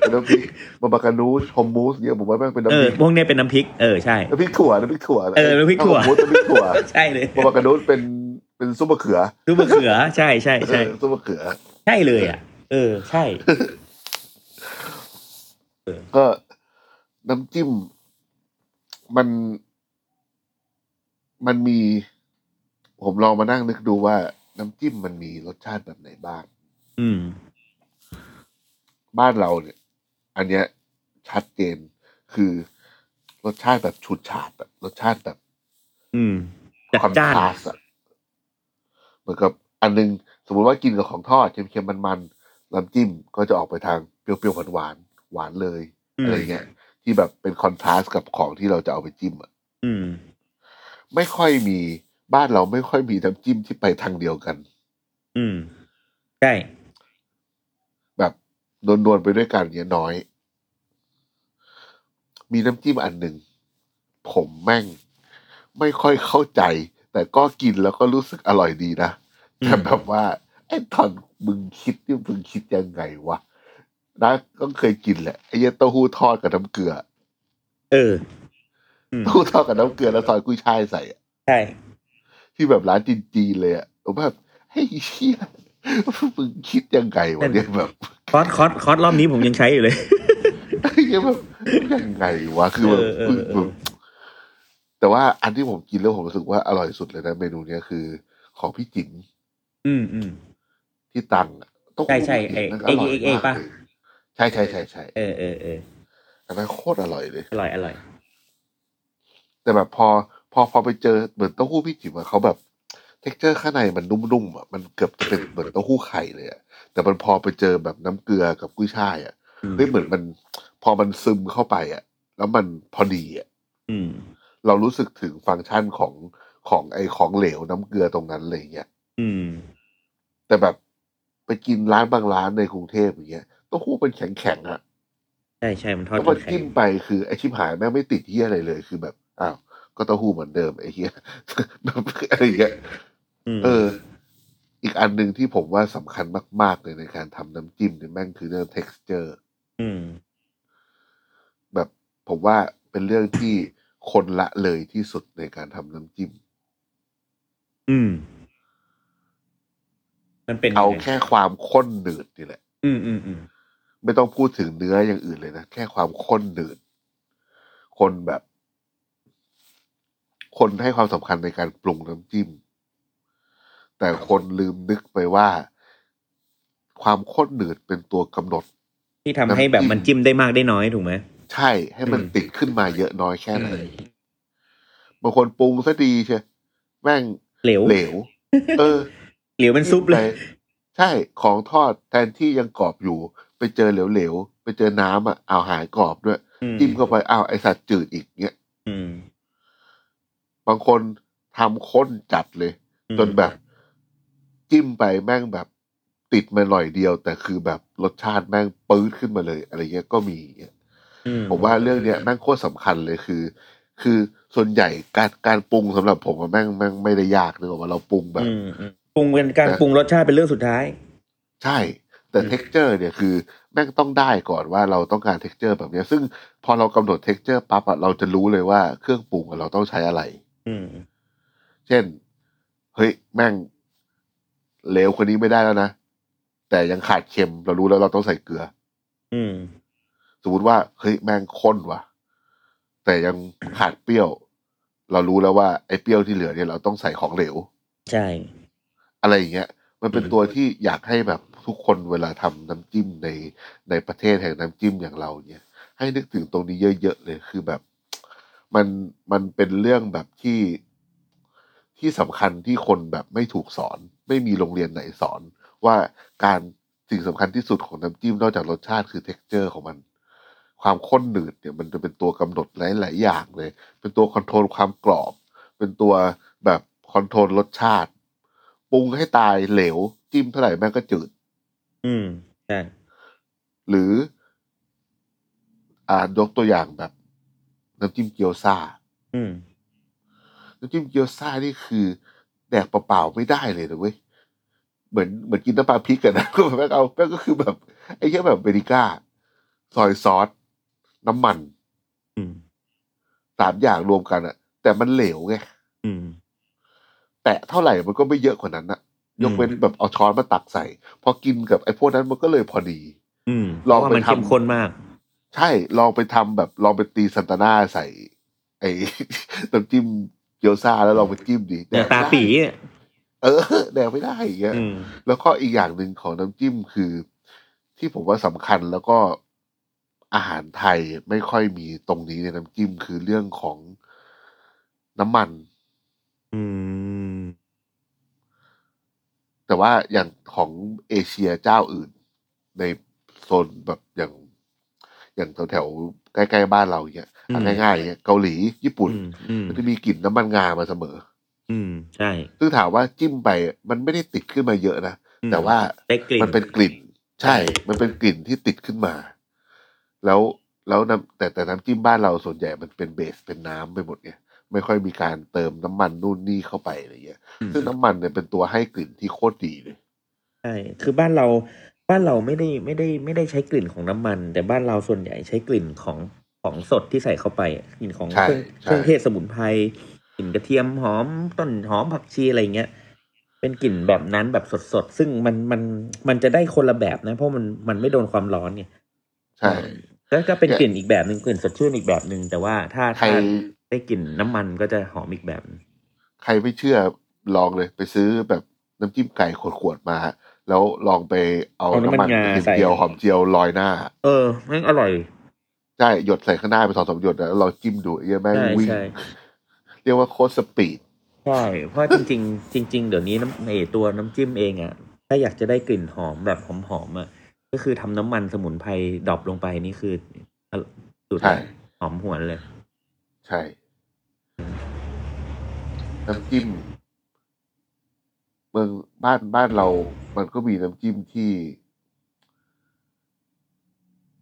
เป็นน้ำพริกมาปากานูชฮอมมูสเนี่ยผมว่าแม่งเป็น เอ น้ำพ อ ริก พวกเนี้ยเป็นน้ำพริกเออใช่ น้ำพริกถั่วน้ำพริกถั่ว เออน้ำพริกถั่ว ฮอมมูสน้ำพริกถั่ว ใช่เลย มาปากานูชเป็นเป็นซุปมะเขือ รูปมะเขือใช่ใช่ใช่ เออซุปมะเขือ ใช่เลยอ่ะ เออใช่ ก็น้ำจิ้มมันมันมี ผมลองมานั่งนึกดูว่า น้ำจิ้มมันมีรสชาติแบบไหนบ้าง อืม บ้านเราเนี่ย อันเนี้ยชัดเจนคือรสชาติแบบฉุดฉาดอะรสชาติแบบ อืมจัด ความ จ้าน ชาสอะเหมือนกับอันนึง สมมติว่ากินกับของทอดเค็มๆมันๆน้ำจิ้มก็จะออกไปทางเปรี้ยวๆหวานๆหวานเลย อื อะไร ม เงี้ยที่แบบเป็นคอนทราสต์กับของที่เราจะเอาไปจิ้มอะ อืม ไม่ค่อยมีบ้านเราไม่ค่อยมีน้ำจิ้มที่ไปทางเดียวกัน อืมใช่ แบบนวลๆไปด้วยกันเนี่ยน้อย มีน้ำจิ้มอันหนึ่ง ผมแม่ง ไม่ค่อยเข้าใจ แต่ก็กินแล้วก็รู้สึกอร่อยดีนะ อืม แต่แบบว่าไอ้ตอนมึงคิดที่มึงคิดยังไงวะนะก็เคยกินแหละไอ้เหี้ยเต้าหู้ทอดกับน้ำเกลือ เออ อืม เต้าหู้ทอดกับน้ำเกลือแล้วซอยกุ้ยช่ายใส่อะ ใช่ ที่แบบร้านจีนๆเลยอะผมแบบเฮ้ยเชี่ยมึงคิดยังไงวะเนี่ยแบบ คอร์สคอร์สคอร์สรอบนี้ผมยังใช้อยู่เลย ไอ้เหี้ยแบบยังไงวะคือแบบ เออเออเออ แต่ว่าอันที่ผมกินแล้วผมรู้สึกว่าอร่อยสุดเลยนะเมนูเนี้ยคือ ของพี่จิ๋ม อืมอืม ที่ตังอะต้อง ใช่ใช่ พี่จิ๋มนั่น ไอ้ ร่ย เอกเอกเอก มาก ปะ ลยใช่ใช่ใช่ใช่ เออเออเออ อันนั้นโคตรอร่อยเลย อร่อยอร่อย แต่แบบพอพอพอไปเจอเหมือนเต้าหู้พี่จิ๋มอะเขาแบบเท็กเจอร์ข้างในมันนุ่มๆอะมันเกือบจะเป็นเหมือนเต้าหู้ไข่เลยอะแต่มันพอไปเจอแบบน้ำเกลือกับกุ้ยช่ายอะ อืม เฮ้ยเหมือนมัน พอมันซึมเข้าไปอะแล้วมันพอดีอะ อืม เรารู้สึกถึงฟังก์ชันของของไอของเหลวน้ำเกลือตรงนั้นอะไรอย่างเงี้ย อืม แต่แบบไปกินร้านบางร้านในกรุงเทพอย่างเงี้ยเต้าหู้เป็นแข็งแข็งๆอะ ใช่ใช่มันทอด แล้ว จ พอน แข็ง จิ้มไปคือไอชิบหายแม่งไม่ติดเฮียอะไรเลยคือแบบอ้าวก็เต้าหู้เหมือนเดิมไอเฮีย แบบอะไรอย่างเงี้ย ม เออ อีกอันหนึ่งที่ผมว่าสำคัญมาก ๆ เลยในการทำน้ำจิ้มเนี่ยแม่งคือเรื่อง texture อืม แบบผมว่าเป็นเรื่องที่คนละเลยที่สุดในการทำน้ำจิ้ม อืม มันเป็น เอา ยังไง แค่ความข้นหนืดนี่แหละ อืมอืมอืม ไม่ต้องพูดถึงเนื้ออย่างอื่นเลยนะ แค่ความข้นหนืด คนแบบ คนให้ความสำคัญในการปรุงน้ำจิ้ม แต่คนลืมนึกไปว่า ความข้นหนืดเป็นตัวกำหนด ที่ทำให้แบบ น้ำจิ้ม มันจิ้มได้มากได้น้อยถูกไหม ใช่ให้มัน อืม ติดขึ้นมาเยอะน้อยแค่ไหนบางคนปรุงซะดีเชียแม่ง เหลว เหลว เออ เหลวเป็นซุปเลย ใช่ของทอดแทนที่ยังกรอบอยู่ ไปเจอเหลวๆ ไปเจอน้ำอ่ะเอาหายกรอบด้วย อืม จิ้มเข้าไปอ้าวไอสัตว์จืดอีกเงี้ย อืม บางคนทำข้นจัดเลย อืม จนแบบจิ้มไปแม่งแบบติดมาหน่อยเดียว แต่คือแบบรสชาติแม่งปื๊ดขึ้นมาเลย อะไรเงี้ยก็มีเงี้ย อื ผมว่าเรื่องเนี้ยแม่งโคตรสำคัญเลยคือ คือส่วนใหญ่การการปรุงสำหรับผมอะแม่งแม่งไม่ได้ยากเลยว่าเราปรุงแบบ อืมอืมปรุงเป็นการ นะ ปรุงรสชาติเป็นเรื่องสุดท้าย ใช่ แต่ อืม texture เนี่ยคือแม่งต้องได้ก่อนว่าเราต้องการ texture แบบเนี้ย ซึ่งพอเรากำหนด texture ปั๊บอะเราจะรู้เลยว่าเครื่องปรุงอะเราต้องใช้อะไร อืม เช่น เฮ้ย แม่งเหลวคนนี้ไม่ได้แล้วนะ แต่ยังขาดเค็ม เรารู้แล้วเราต้องใส่เกลือ อืม สมมติว่า เฮ้ย แม่งข้นว่ะ แต่ยังขาดเปรี้ยว เรารู้แล้วว่าไอ้เปรี้ยวที่เหลือเนี่ยเราต้องใส่ของเหลว ใช่ อะไรอย่างเงี้ย มันเป็นตัวที่อยากให้แบบทุกคนเวลาทำน้ำจิ้มในในประเทศแห่งน้ำจิ้มอย่างเราเนี่ย ให้นึกถึงตรงนี้เยอะๆเลยคือแบบ มันมันเป็นเรื่องแบบที่ที่สำคัญที่คนแบบไม่ถูกสอน ไม่มีโรงเรียนไหนสอน ว่าการสิ่งสำคัญที่สุดของน้ำจิ้มนอกจากรสชาติคือ t e x t อร์ของมัน ความข้นหนืดเนี่ย มันจะเป็นตัวกำหนดหลายๆอย่างเลย เป็นตัวคอนโทรลความกรอบ เป็นตัวแบบคอนโทรลรสชาติ ปรุงให้ตายเหลว จิ้มเท่าไหร่แม่งก็จืด อืม ใช่ หรือ อ่ายกตัวอย่างแบบน้ำจิ้มเกียวซา อืม น้ำจิ้มเกียวซานี่คือแดกเปล่าๆไม่ได้เลยนะเว้ยเหมือนเหมือนกินน้ำปลาพริกกันนะ ก็แบบแม่งเอาแม่งก็คือแบบ ไอ้แค่แบบเบริก้าซอยซอส น้ำมัน อืม สามอย่างรวมกันอะแต่มันเหลวไง อืม แตะเท่าไหร่มันก็ไม่เยอะกว่านั้นอะยกเว้นแบบเอาช้อนมาตักใส่ พอกินกับไอ้พวกนั้นมันก็เลยพอดี อืม ลอง เพราะว่าไปทำมันเข้มข้นมาก ใช่ ลองไปทำแบบลองไปตีซันตาน่าใส่ ไอ้ น้ำจิ้มเกี๊ยวซาแล้วลองไปจิ้มดิ เนี่ย แด ตาก ไม่ได้ ปีอะ เออ แดกไม่ได้อย่างเงี้ย อืม แล้วก็อีกอย่างหนึ่งของน้ำจิ้มคือ ที่ผมว่าสำคัญแล้วก็อาหารไทยไม่ค่อยมีตรงนี้ในน้ำจิ้มคือเรื่องของน้ำมัน อืม แต่ว่าอย่างของเอเชียเจ้าอื่น ในโซนแบบอย่างอย่างแถวๆใกล้ๆบ้านเราอย่างเงี้ยอ่ะ อืม ง่ายๆอย่างเงี้ยเกาหลีญี่ปุ่น อืมอืม มันจะมีกลิ่นน้ำมันงามาเสมอ อืม ใช่ ซึ่งถามว่าจิ้มไปมันไม่ได้ติดขึ้นมาเยอะนะ อืม แต่ว่า ได้กลิ่น มันเป็นกลิ่น ใช่ มันเป็นกลิ่นที่ติดขึ้นมา แล้วแล้วน้ำแต่แต่น้ำจิ้มบ้านเราส่วนใหญ่มันเป็นเบสเป็นน้ำไปหมดเนี่ย ไม่ค่อยมีการเติมน้ำมันนู่นนี่เข้าไปอะไรเงี้ย อืม ซึ่งน้ำมันเนี่ยเป็นตัวให้กลิ่นที่โคตรดีเลย ใช่ คือบ้านเราบ้านเราไม่ได้ไม่ได้ไม่ได้ใช้กลิ่นของน้ำมัน แต่บ้านเราส่วนใหญ่ใช้กลิ่นของของสดที่ใส่เข้าไปอะกลิ่นของ ใช่ เครื่องเครื่องใช่เทศสมุนไพรกลิ่นกระเทียมหอมต้นหอมผักชีอะไรเงี้ยเป็นกลิ่นแบบนั้นแบบสดๆ ซึ่งมันมันมันจะได้คนละแบบนะ เพราะมันมันไม่โดนความร้อนเนี่ย ใช่ แล้วก็เป็นกลิ่นอีกแบบหนึ่งกลิ่นสดชื่นอีกแบบหนึ่งแต่ว่าถ้า ใคร ถ้าได้กลิ่นน้ำมันก็จะหอมอีกแบบหนึ่ง ใครไม่เชื่อลองเลย ไปซื้อแบบน้ำจิ้มไก่ขวดๆมา แล้วลองไปเอา เอาน้ำ น้ำ มั มัน น งาก ระเทียม ใส่ เจียวหอมเจียวลอยหน้า เออแม่งอร่อย ใช่หยดใส่ข้างหน้าไปสองสามหยดแล้วเราจิ้มดูเอ้ยแม่ง ใช่ วิ่ง ใช่ เรียกว่าโคตรสปีด ใช่ เพราะจริงๆ จริง ๆ เดี๋ยวนี้น้ำในตัวน้ำจิ้มเองอะ่ะ ถ้าอยากจะได้กลิ่นหอมแบบหอมๆอะ่ะ ก็คือทำน้ำมันสมุนไพรดรอปลงไปนี่คือสุด ใช่ หอมหวนเลย ใช่ น้ำจิ้มเมืองบ้านบ้านเรา มันก็มีน้ำจิ้มที่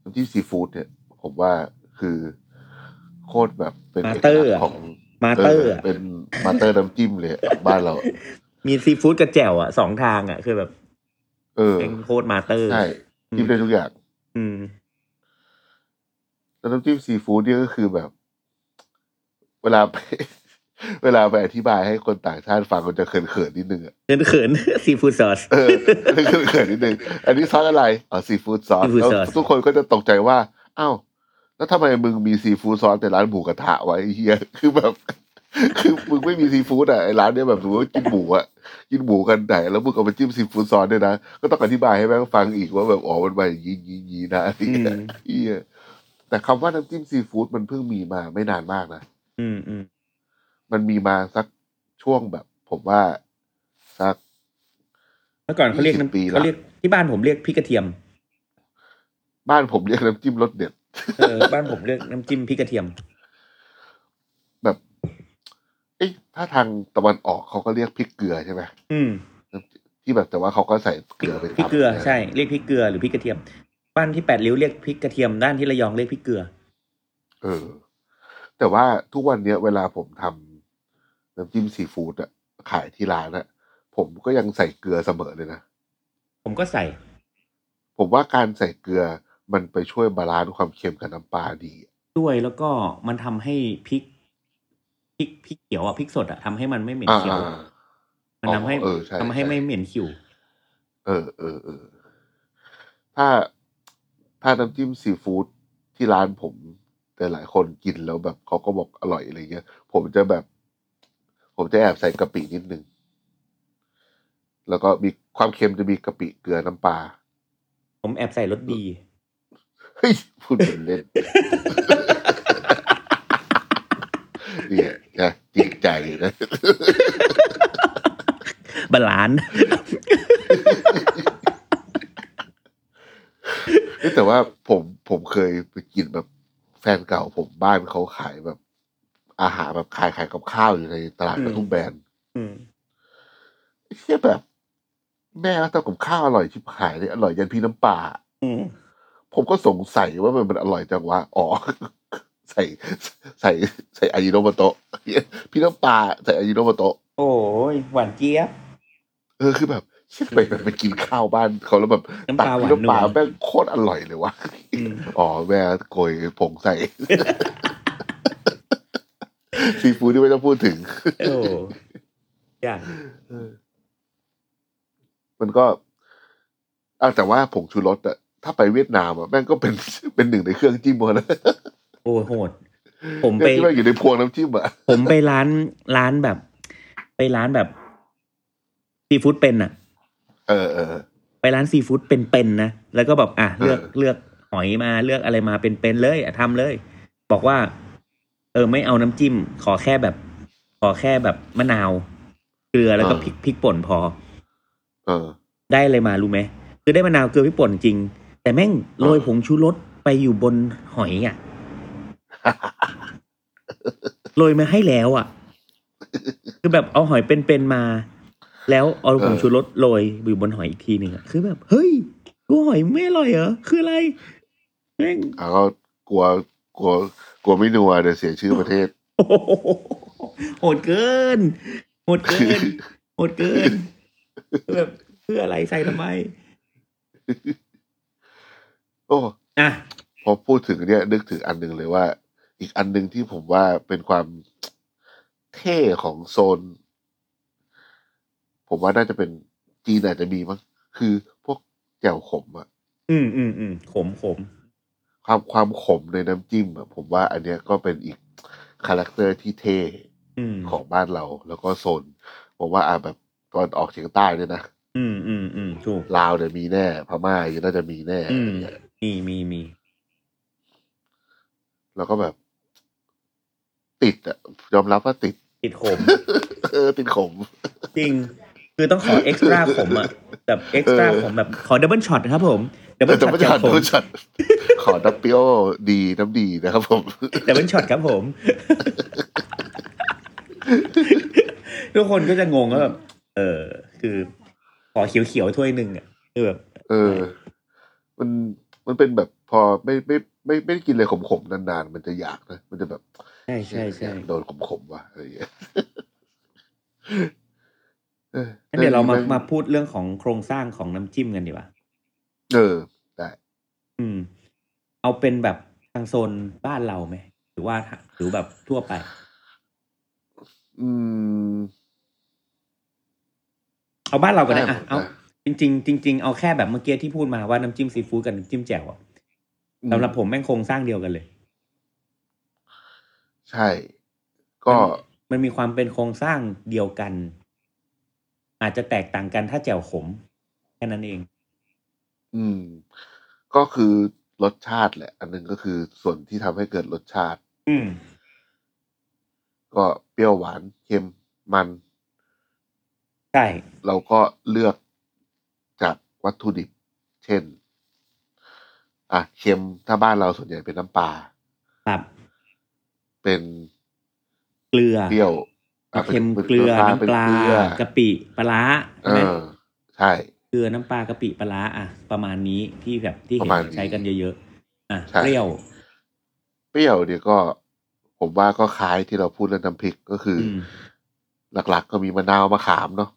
น้ำจิ้มซีฟู้ดเนี่ย ผมว่าคือโคตรแบบเป็น มา เอก เตอ ลั ร์ กษ อะ ณ์ของ มาเตอร์ เอ อะ อเป็นมาเตอร์น้ำจิ้มเล ยอะบ้านเรา มีซีฟู้ดกระแจ่วอะ่ะสองทางอะ่ะ คือแบบ เออ เป็นโคตรมาเตอร์ ใช่ อืม จิ้มได้ทุกอย่าง อืม แล้วน้ำจิ้มซีฟู้ดเนี่ยก็คือแบบ เวลา ไป เวลาไปอธิบายให้คนต่างชาติฟังมันจะเขินๆนิดนึงอะ เขินๆ ซีฟู้ดซอส เออเขินๆนิดนึง อันนี้ซอสอะไร อ๋อซีฟู้ดซอส seafood แล้ว sauce ทุกคนก็จะตกใจว่า อ้าว แล้วทำไมมึงมีซีฟู้ดซอสแต่ร้านหมูกระทะไว้ไอ้เฮียคือแบบ คือมึงไม่มีซีฟู้ดอ่ะไอ้ร้านเนี้ยแบบสมมติว่ากินหมูอ่ะ กินหมูกันไหนแล้วมึงเอามาจิ้มซีฟู้ดซอสด้วยนะ ก็ต้องอธิบายให้แม่งฟังอีกว่าแบบอ๋อมันมาอย่างนี้อย่างนี้อย่างนี้นะอะไรเงี้ย อืม ไอ้เฮียแต่คำว่าน้ำจิ้มซีฟู้ดมันเพิ่งมีมาไม่นานมากนะ อืมอืม มันมีมาสักช่วงแบบ ผมว่าสัก เมื่อก่อนเขาเรียก ยี่สิบปี น้ำ ละ เขาเรียกที่บ้านผมเรียกพริกกระเทียม บ้านผมเรียกน้ำจิ้มรสเด็ด เออ บ้านผมเรียกน้ำจิ้มพริกกระเทียม แบบ เอ๊ะถ้าทางตะวันออกเขาก็เรียกพริกเกลือใช่ไหม อืม ที่แบบแต่ว่าเขาก็ใส่เกลือไป พริกเกลือ ทำนะ ใช่เรียกพริกเกลือหรือพริกกระเทียมบ้านที่แปดริ้วเรียกพริกกระเทียมด้านที่ระยองเรียกพริกเกลือ เออ แต่ว่าทุกวันเนี้ยเวลาผมทำน้ำจิ้มซีฟู้ดอะขายที่ร้านอะผมก็ยังใส่เกลือเสมอเลยนะ ผมก็ใส่ ผมว่าการใส่เกลือมันไปช่วยบาลานซ์ความเค็มกับน้ำปลาดี ด้วยแล้วก็มันทำให้พริกพริกพริกเขียวอ่ะพริกสดอ่ะทำให้มันไม่เหม็น อ่า เขียว อ่า มันทำให้ อ๋อเออใช่ ทำให้ ใช่ ไม่เหม็นขิว เออเออเออถ้าถ้าน้ำจิ้มซีฟู้ดที่ร้านผมแต่หลายคนกินแล้วแบบเขาก็บอกอร่อยอะไรเงี้ย ผมจะแบบ ผมจะแอบใส่กะปินิดนึง แล้วก็มีความเค็มจะมีกะปิเกลือน้ำปลา ผมแอบใส่รสดี เฮ้ยพูดเป็นเล่น เนี่ยนะจริงใจนะ บาลานซ์ เอ้ยแต่ว่าผมผมเคยไปกินแบบแฟนเก่าผมบ้านเขาขายแบบ อาหารแบบขายขายกับข้าวอยู่ในตลาด อืม กระทุ่มแบน อืม เชี่ยแบบ แม่เขาทำกับข้าวอร่อยชิบหายเลยอร่อยยันพี่น้ำปลา อืม ผมก็สงสัยว่ามันมันอร่อยจังวะอ๋อ ใส่ใส่ใส่อายิโนโมโตะพี่น้ำปลาใส่อายิโนโมโตะ โอ้ยหวานเจี๊ยบ เออคือแบบเชี่ยไปไปกินข้าวบ้านเขาแล้วแบบ น้ำป ตัก ลาหวาน พี่น้ำปลา นัว แม่งโคตรอร่อยเลยวะ อืม อ๋อแม่โกยผงใส่ ซีฟู้ดที่ไม่ต้องพูดถึง โอ้อย่าง มันก็อ่ะแต่ว่าผงชูรสอะถ้าไปเวียดนามอะแม่งก็เป็น เป็นหนึ่งในเครื่องจิ้มหมดนะ โอ้โหด ผม เค ไป รื่องที่แม่งอยู่ในพวงน้ำจิ้มอะ ผมไปร้านร้านแบบ ไปร้านแบบซีฟู้ดเป็นอ่ะ เออเออ ไปร้านซีฟู้ดเป็นๆนะ แล้วก็แบบอ่ะ เอเลืออกเลือกหอยมาเลือกอะไรมาเป็นๆเลยอ่ะทำเลย บอกว่า เออไม่เอาน้ำจิ้ม ขอแค่แบบ ขอแค่แบบมะนาว เกลือแล้วก็พริกพริกป่นพอ เออ ได้อะไรมารู้ไหมคือได้มะนาวเกลือพริกป่นจริง แต่แม่งโรย เออ ผงชูรสไปอยู่บนหอยอ่ะ โรยมาให้แล้วอ่ะ คือแบบเอาหอยเป็นๆมา แล้วเอาผงชูรสโรยอยู่บนหอยอีกทีหนึ่งอะคือแบบ เฮ้ยกูหอยไม่อร่อยเหรอคืออะไรแม่ง เอาก็กลัวกลัวกลัวไม่นัวเดี๋ยวเสียชื่อประเทศ โอ้โห โหดเกินโหดเกินโหดเกินแบบเพื่ออะไรใส่ทำไม โอ้ อ่ะ พอพูดถึงเนี่ยนึกถึงอันหนึ่งเลยว่า อีกอันหนึ่งที่ผมว่าเป็นความเท่ของโซน ผมว่าน่าจะเป็นจีนอาจจะมีมั้งคือพวกแจ่วขมอะ อืมอืมอืมขมขม ความความขมในน้ำจิ้มอะผมว่าอันเนี้ยก็เป็นอีกคาแรคเตอร์ที่เท่ อืม ของบ้านเรา แล้วก็โซนผมว่าอ่าแบบตอนออกเฉียงใต้เนี่ยนะ อืมอืมอืมถูก ลาวเนี่ยมีแน่ พม่ายังน่าจะมีแน่ อื อะไร ม เงี้ย มีมีมี แล้วก็แบบ ติดอะยอมรับว่าติด ติดขม เออติดขม จริง คือต้องขอเอ็กซ์ตร้าขมอ่ะ แบบเอ็กซ์ตร้าขมแบบ ขอดับเบิลช็อตครับผมดับเบิล แต่ ช็อต ไม่ จาก ทัน ผม ดูช็อตขอดับเบิลดีน้ำดีนะครับผม แต่เป็นช็อตครับผม ทุกคนก็จะงงว่าแบบเออ คือ ขอเขียวๆถ้วยหนึ่งอ่ะคือแบบ เออ มันมันเป็นแบบพอไม่ไม่ไม่ไม่ได้กินอะไรขมๆนานๆ มันจะอยากนะมันจะแบบ ใช่ใช่ใช่ อยากโดนขมๆว่ะอะไรอย่างเงี้ยออ งั้นเดี๋ยวเรามามาพูดเรื่องของโครงสร้างของน้ำจิ้มกันดีกว่า เออ อืม เอาเป็นแบบทางโซนบ้านเราไหมหรือว่าหรือแบบทั่วไป อืม เอาบ้านเราก็ได้ ได้ อ่ะ หมด เอา ได้ จริง ๆ จริง ๆ เอาแค่แบบเมื่อกี้ที่พูดมาว่าน้ำจิ้มซีฟู้ดกับน้ำจิ้มแจ่วอะสำหรับผมแม่งโครงสร้างเดียวกันเลย ใช่ ก็ มันมีความเป็นโครงสร้างเดียวกัน อาจจะแตกต่างกันถ้าแจ่วขม แค่นั้นเอง อืม ก็คือรสชาติแหละ อันหนึงก็คือส่วนที่ทำให้เกิดรสชาติ อืม ก็เปรี้ยวหวานเค็มมัน ใช่ เราก็เลือกจากวัตถุดิบ เช่น อ่ะเค็มถ้าบ้านเราส่วนใหญ่เป็นน้ำปลา ครับ เป็น เกลือ เปรี้ยวอ่ะ เค็ม ป็น เกลือน้ำปลา เนเกลือก ะปิปลาร้า เอ ใช่ไหม อ ใช่ เกลือน้ำปลากะปิปลาร้าอ่ะประมาณนี้ที่แบบที่ ป เห็ ระมาณ น นี้ ใช้กันเยอะๆอ่ะ ใช่ เปรี้ยว เปรี้ยวเนี่ยก็ ผมว่าก็คล้ายที่เราพูดเรื่องน้ำพริกก็คืออ ม หลักๆ ก็มีมะนาวมะขามเนาะ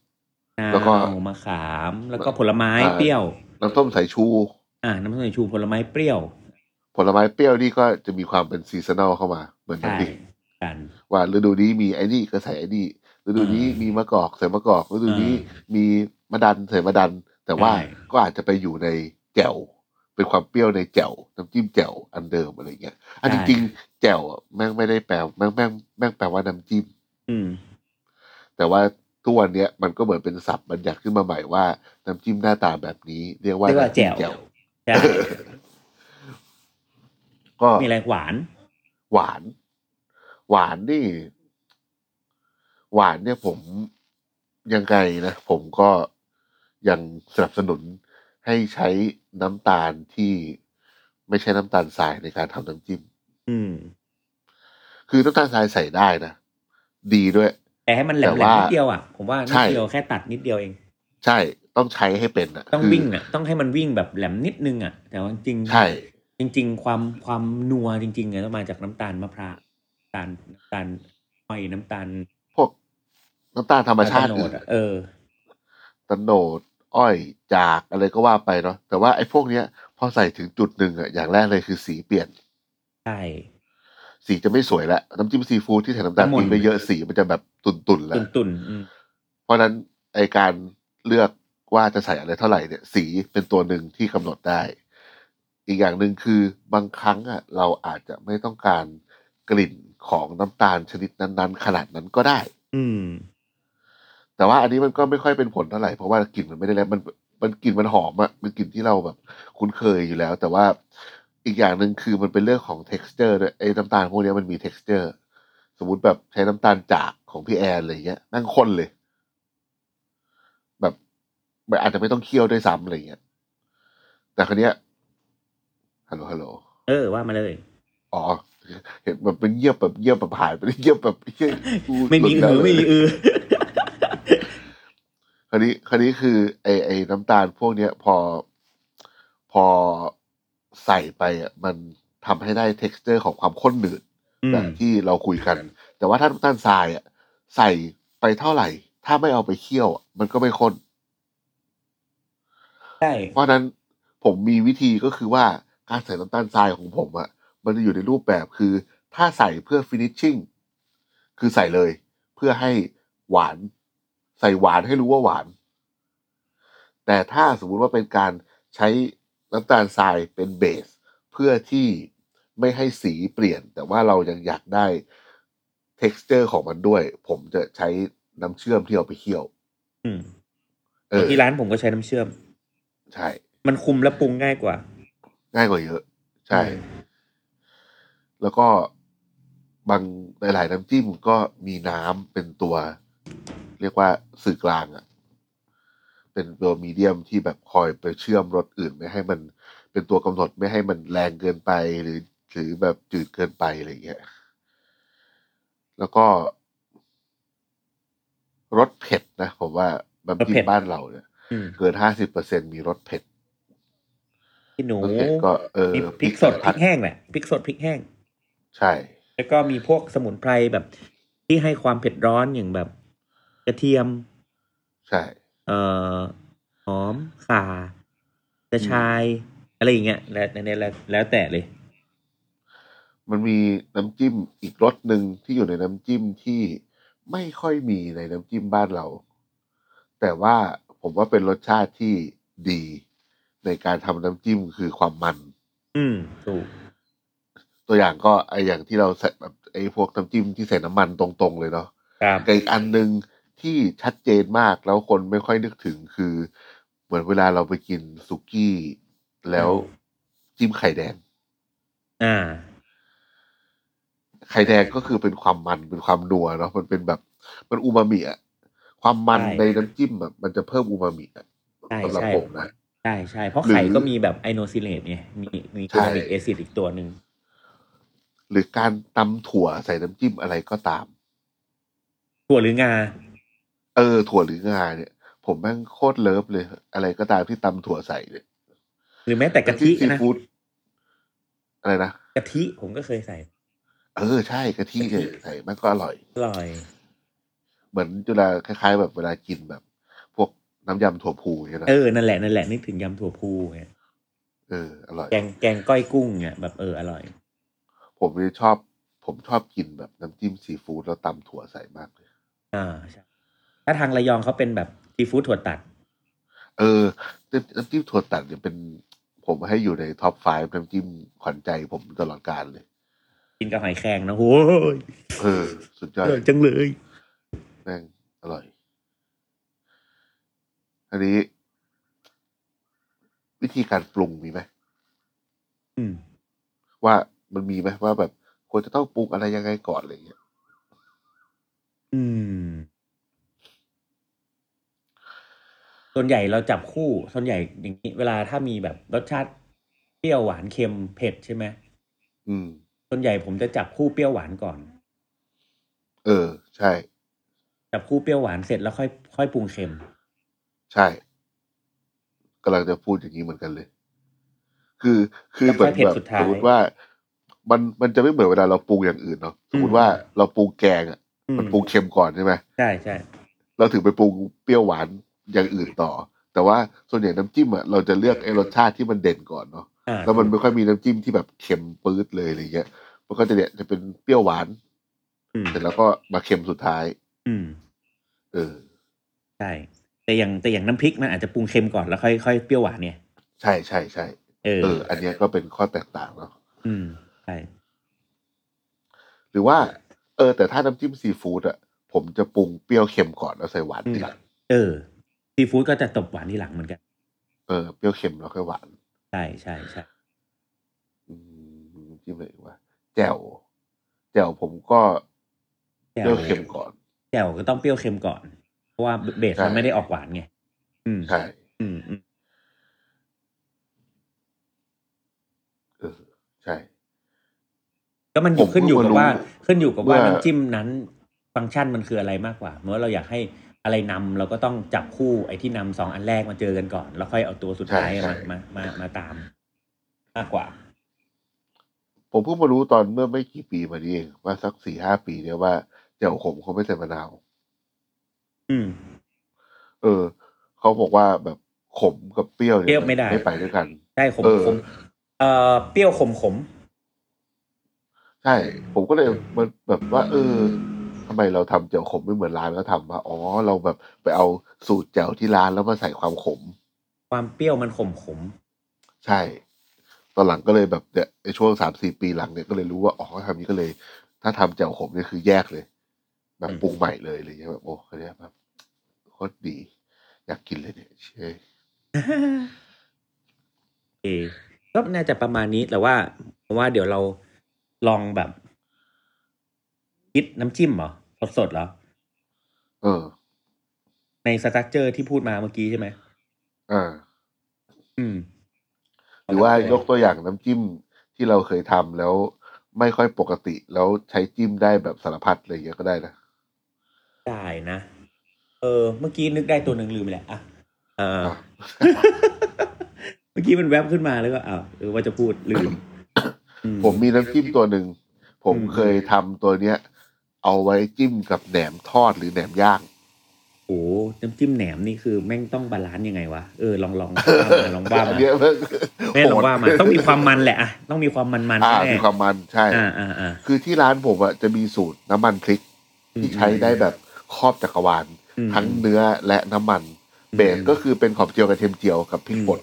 แล้วก็ มะนามะขามแล้วก็ผลไม้ อ่า เปรี้ยว น้ำส้มสายชู อ่ะน้ำส้มสายชูผลไม้เปรี้ยว ผลไม้เปรี้ยวนี่ก็จะมีความเป็นซีซันอลเข้ามา เหมือน ใช่ น้ำพริก กัน ว่าฤดูนี้มีไอ้นี่ก็ใส่ไอ้นี่ฤดูนี้มีมะกอกใส่มะกอกฤดูนี้มีมะดันใส่มะดัน แต่ว่า ใช่ ก็อาจจะไปอยู่ในแจ่วเป็นความเปรี้ยวในแจ่วน้ำจิ้มแจ่วอันเดิมอะไรเงี้ยอันจริงๆแจ่วอะแม่งไม่ได้แปลแม่งแม่งแม่งแปลว่าน้ำจิ้ม อืม แต่ว่าทุกวันเนี้ยมันก็เหมือนเป็นศัพท์บัญญัติขึ้นมาใหม่ว่าน้ำจิ้มหน้าตาแบบนี้ เรียกว่า เรียกว่า น้ำจิ้ม แจ่ แจ่ ว ว ใช่ ก็ มีอะไรหวาน หวาน หวานนี่ หวานเนี่ยผมยังไงนะผมก็ยังสนับสนุนให้ใช้น้ำตาลที่ไม่ใช่น้ำตาลทรายในการทำน้ำจิ้ม อืม คือน้ำตาลทรายใส่ได้นะ ดีด้วย แต่ให้มันแหลม แต่ แหลม ว่า นิดเดียวอ่ะผมว่านิ ใช่ ดเดียวแค่ตัดนิดเดียวเอง ใช่ต้องใช้ให้เป็นอ่ะ ต้อง คื วิ่งอ่ะ ต้องให้มันวิ่งแบบแหลมนิดนึงอ่ะ แต่ว่าจริง ใช่ จริง ๆ ความความนัวจริงๆเนี่ยต้องมาจากน้ำตาลมะพร้าวน้ำตาลน้ำตาลอ้อยน้ำตาล พวกน้ำตาลธรรมชาติ โน อื่ ด น อะเออ ตะโนดอ้อยจากอะไรก็ว่าไปเนาะแต่ว่าไอ้พวกเนี้ย พอใส่ถึงจุดหนึ่งอ่ะอย่างแรกเลยคือสีเปลี่ยน ใช่ สีจะไม่สวยแล้วน้ำจิ้มซีฟู้ดที่ใส่น้ำตาล น้ำมนต์ ปี๊บไปเยอะสีมันจะแบบตุ่นๆแล้ว ตุ่นตุ่นๆอืม เพราะฉะนั้นไอการเลือกว่าจะใส่อะไรเท่าไหร่เนี่ย สีเป็นตัวหนึ่งที่กำหนดได้ อีกอย่างหนึ่งคือบางครั้งอ่ะเราอาจจะไม่ต้องการกลิ่นของน้ำตาลชนิดนั้นๆ ขนาดนั้นก็ได้ อืม แต่ว่าอันนี้มันก็ไม่ค่อยเป็นผลเท่าไหร่เพราะว่ากลิ่นมันไม่ได้แล้วมันมันกลิ่นมันหอมอะมันกลิ่นที่เราแบบคุ้นเคยอยู่แล้ว แต่ว่าอีกอย่างหนึ่งคือมันเป็นเรื่องของ t e x t อร์ด้วยไอ้น้ำตาลพวกเนี้ยมันมี t e x t อร์ สมมติแบบใช้น้ำตาลจากของพี่แอนอะไรเงี้ยนั่งข้นเลย แบบแบบอาจจะไม่ต้องเคี่ยวด้วยซ้ำอะไรเงี้ยแต่ครั้เนี้ยฮัลโหลฮัลโหล เออว่ามาเลย อ๋อ เห็นแบบเป็นเยียบแบบเยียบแบบหายไปเลยเยียบแบบเหี้ยกู ไม่มี ห อื ลุดแล้อวเลย ไม่มีอือ คราวนี้คราวนี้คือไอไอน้ำตาลพวกเนี้ยพอพอใส่ไปอ่ะมันทำให้ได้ t e x t อร์ของความข้นหนืด อืม แบบที่เราคุยกัน แต่ว่าถ้าน้ำตาลทรายอ่ะ ใส่ไปเท่าไหร่ ถ้าไม่เอาไปเคี่ยวอะมันก็ไม่ข้น ใช่ เพราะฉะนั้นผมมีวิธีก็คือว่าการใส่น้ำตาลทรายของผมอะมันจะอยู่ในรูปแบบคือ ถ้าใส่เพื่อฟินิชชิ่งคือใส่เลย เพื่อให้หวาน ใส่หวานให้รู้ว่าหวาน แต่ถ้าสมมุติว่าเป็นการใช้น้ำตาลทรายเป็นเบส เพื่อที่ไม่ให้สีเปลี่ยน แต่ว่าเรายังอยากได้ texture ของมันด้วย ผมจะใช้น้ำเชื่อมที่เอาไปเคี่ยว อืม เออ ที่ร้านผมก็ใช้น้ำเชื่อม ใช่ มันคุมและปรุงง่ายกว่า ง่ายกว่าเยอะ ใช่ แล้วก็บางหลาย ๆ น้ำจิ้มก็มีน้ำเป็นตัว เรียกว่าสื่อกลางอะ่ะ เป็นตัวมีเดียมที่แบบคอยไปเชื่อมรสอื่น ไม่ให้มันเป็นตัวกำหนดไม่ให้มันแรงเกินไปหรือ หรือแบบจืดเกินไปอะไรอย่างเงี้ยแล้วก็รสเผ็ดนะผมว่าน้ำ รส จิ้ เผ็ ม ด บ้านเราเนี่ย อืม เกินห้าสิบเปอร์เซ็นมีรสเผ็ด พี่หนู รสเผ็ดก็เออ มีพริกสดพริกแห้งแหละพริกสดพริกแห้ง ใช่ แล้วก็มีพวกสมุนไพรแบบ ที่ให้ความเผ็ดร้อนอย่างแบบกระเทียม ใช่ เอ่อหอมข่ากระชาย อะไรอย่างเงี้ยแล้วแล้วแล้วแล้วแต่เลย มันมีน้ำจิ้มอีกรสหนึ่งที่อยู่ในน้ำจิ้มที่ไม่ค่อยมีในน้ำจิ้มบ้านเรา แต่ว่าผมว่าเป็นรสชาติที่ดี ในการทำน้ำจิ้มคือความมัน อืมถูก ตัวอย่างก็ไออย่างที่เราใส่แบบไอพวกน้ำจิ้มที่ใส่น้ำมันตรงๆเลยเนาะ ครับ กับอีกอันหนึ่งที่ชัดเจนมากแล้วคนไม่ค่อยนึกถึงคือ เหมือนเวลาเราไปกินสุกี้แล้วจิ้มไข่แดง อ่า ไข่แดงก็คือเป็นความมันเป็นความนัวเนาะมันเป็นแบบ มันอูมามิอะความมัน ใช่ ในน้ำจิ้มอะมันจะเพิ่มอูมามิอะ ใช่ สำหรับ ใช่ ผมนะ ใช่ใช่เพราะ หรือ ไข่ก็มีแบบไอโนซิเลตไงมีมี ใช่ คูมิกเอซิดอีกตัวหนึ่ง หรือการตำถั่วใส่น้ำจิ้มอะไรก็ตาม ถั่วหรืองา เออ ถั่วหรืองาเนี่ย ผมแม่งโคตรเลิฟเลย อะไรก็ตามที่ตำถั่วใส่เนี่ย หรือแม้แต่กะทิ ำจิ้มซี นะ ฟู้ดอะไรนะ กะทิผมก็เคยใส่ เออใช่กะทิเนี่ยใส่แม่งก็อร่อย อร่อย เหมือนเวลาคล้าย ๆ แบบเวลากินแบบ พวกน้ำยำถั่วพูเนี่ยนะ เออ นั่นแหละนั่นแหละนึกถึงยำถั่วพูไง เอออร่อย แกงแกงก้อยกุ้งเนี่ยแบบเอออร่อย ผมเลยชอบ ผมชอบกินแบบน้ำจิ้มซีฟู้ดแล้วตำถั่วใส่มากเลย อ่าใช่ถ้าทางระยองเขาเป็นแบบซีฟู้ดถั่วตัด เออน้ำน้ำจิ้มถั่วตัดเนี่ยเป็น ผมให้อยู่ในท็อปไฟน้ำจิ้มขวัญใจผมตลอดกาลเลย กินกับหอยแครงนะโอ้ย เออ สุดย อ อด ร่อยจังเลย แม่งอร่อย อันนี้ วิธีการปรุงมีไหม อืม ว่ามันมีไหมว่าแบบควรจะต้องปรุงอะไรยังไงก่อนอะไรอย่างเงี้ย อืม ส่วนใหญ่เราจับคู่ ส่วนใหญ่อย่างนี้ เวลาถ้ามีแบบรสชาติเปรี้ยวหวานเค็มเผ็ดใช่ไหม อืม ส่วนใหญ่ผมจะจับคู่เปรี้ยวหวานก่อน เออ ใช่ จับคู่เปรี้ยวหวานเสร็จแล้วค่อยค่อยปรุงเค็ม ใช่กำลังจะพูดอย่างนี้เหมือนกันเลย คือคือ แล้ว เห ค่อมืเผ็ดอย นแบบ สุดท้าย สมมติว่า มันมันจะไม่เหมือนเวลาเราปรุงอย่างอื่นเนาะสมมติว่าเราปรุงแกงอ่ะ อืม มันปรุงเค็มก่อนใช่ไหม ใช่ใช่ เราถึงไปปรุงเปรี้ยวหวานอย่างอื่นต่อ แต่ว่าส่วนใหญ่น้ำจิ้มอ่ะเราจะเลือกไอ้รสชาติที่มันเด่นก่อนเนาะ อ่า แล้วมันไม่ค่อยมีน้ำจิ้มที่แบบเค็มปื๊ดเลยอะไรเงี้ยมันก็จะเนี่ยจะเป็นเปรี้ยวหวาน อืม เสร็จแล้วก็มาเค็มสุดท้าย อืม เออ ใช่แต่อย่างแต่อย่างน้ำพริกมันอาจจะปรุงเค็มก่อนแล้วค่อยค่อยเปรี้ยวหวานเนี่ย ใช่ใช่ใช่ เออ เออ อันเนี้ยก็เป็นข้อแตกต่างเนาะ อืมใช่ หรือว่า เออ แต่ถ้าน้ำจิ้มซีฟู้ดอ่ะ ผมจะปรุงเปรี้ยวเค็มก่อนแล้วใส่หวานทีหลัง เออซีฟู้ดก็จะตบหวานทีหลังเหมือนกัน เออเปรี้ยวเค็มแล้วค่อยหวาน ใช่ใช่ใช่ อืมน้ำจิ้มอะไรอีกว่าแจ่วแจ่วผมก็ แจ่ เป ว รี้ยวเค็มก่อน แจ่วก็ต้องเปรี้ยวเค็มก่อน เพราะว่าเบส ใช่ มันไม่ได้ออกหวานไง อืม ใช่ อืมอืม เออใช่ ก็มันอยู่ ผม ขึ้นอยู่กับว่า เพิ่งขึ้นมารู้อยู่กับว่า ว่า น้ำจิ้มนั้น ฟังก์ชันมันคืออะไรมากกว่าเมื่อเราอยากให้อะไรนำเราก็ต้องจับคู่ไอ้ที่นำสองอันแรกมาเจอกันก่อน แล้วค่อยเอาตัวสุดท้ายมามามามาตาม มากกว่า ผมเพิ่งมารู้ตอนเมื่อไม่กี่ปีมานี้เองว่าสักสี่ห้าปีเนี่ยว่า อย่างผมเขาไม่ใส่มะนาว อืม เออ เขาบอกว่าแบบขมกับเปรี้ยวนี่ เปรี้ยวไม่ได้ ไม่ไปด้วยกัน ใช่ขม เออ ขมเอ่อเปรี้ยวขมขม ใช่ ผมก็เลยมันแบบว่า เออทำไมเราทำแจ่วขมไม่เหมือนร้านเขาทำวะอ๋อ เราแบบไปเอาสูตรแจ่วที่ร้านแล้วมาใส่ความขม ความเปรี้ยวมันขมขม ใช่ ตอนหลังก็เลยแบบเนี่ยไอ้ช่วงสามสี่ปีหลังเนี่ยก็เลยรู้ว่าอ๋อทำนี้ก็เลย ถ้าทำแจ่วขมเนี่ยคือแยกเลย แบบปรุงใหม่เลยอะไรเลยแบบโอ้คนเนี้ยแบบโคตรดี อยากกินเลยเนี่ยเช่ย เออก็น่าจะประมาณนี้แต่ว่าเพราะว่าเดี๋ยวเราลองแบบคิดน้ำจิ้มเหรอสดๆเหรอ เออ ในสตรั๊กเจอร์ที่พูดมาเมื่อกี้ใช่ไหม อ่า อืม หรือว่ายกตัวอย่างน้ำจิ้มที่เราเคยทำแล้วไม่ค่อยปกติแล้วใช้จิ้มได้แบบสารพัดอะไรอย่างเงี้ยก็ได้นะ ได้นะ เออ เมื่อกี้นึกได้ตัวหนึ่งลืมไปแล้วอ่ะเออ อ่ะ เมื่อกี้มันแวบขึ้นมาแล้วก็อ้าวเออว่าจะพูดลื มอื ผมมีน้ำจิ้มตัวหนึ่ง ผม อืม เคยทำตัวเนี้ย เอาไว้จิ้มกับแหนมทอดหรือแหนมย่าง โอ้โหน้ำจิ้มแหนมนี่คือแม่งต้องบาลานซ์ยังไงวะเออลองลองลองว่ามาลองว่ามาอันเนี้ยมัน แม่ลองว่า มา โหด ต้องมีความมันแหละอ่ะต้องมีความมันมัน อ่า แน่ มีความมันใช่ อ่าอ่าอ่า คือที่ร้านผมอ่ะจะมีสูตรน้ำมันพริก ที่ใช้ได้แบบครอบจักรวาล อืม ทั้งเนื้อและน้ำมัน เบสก็คือเป็นขอบเจียวกระเทียมเจียวกับพริก อืม ป่น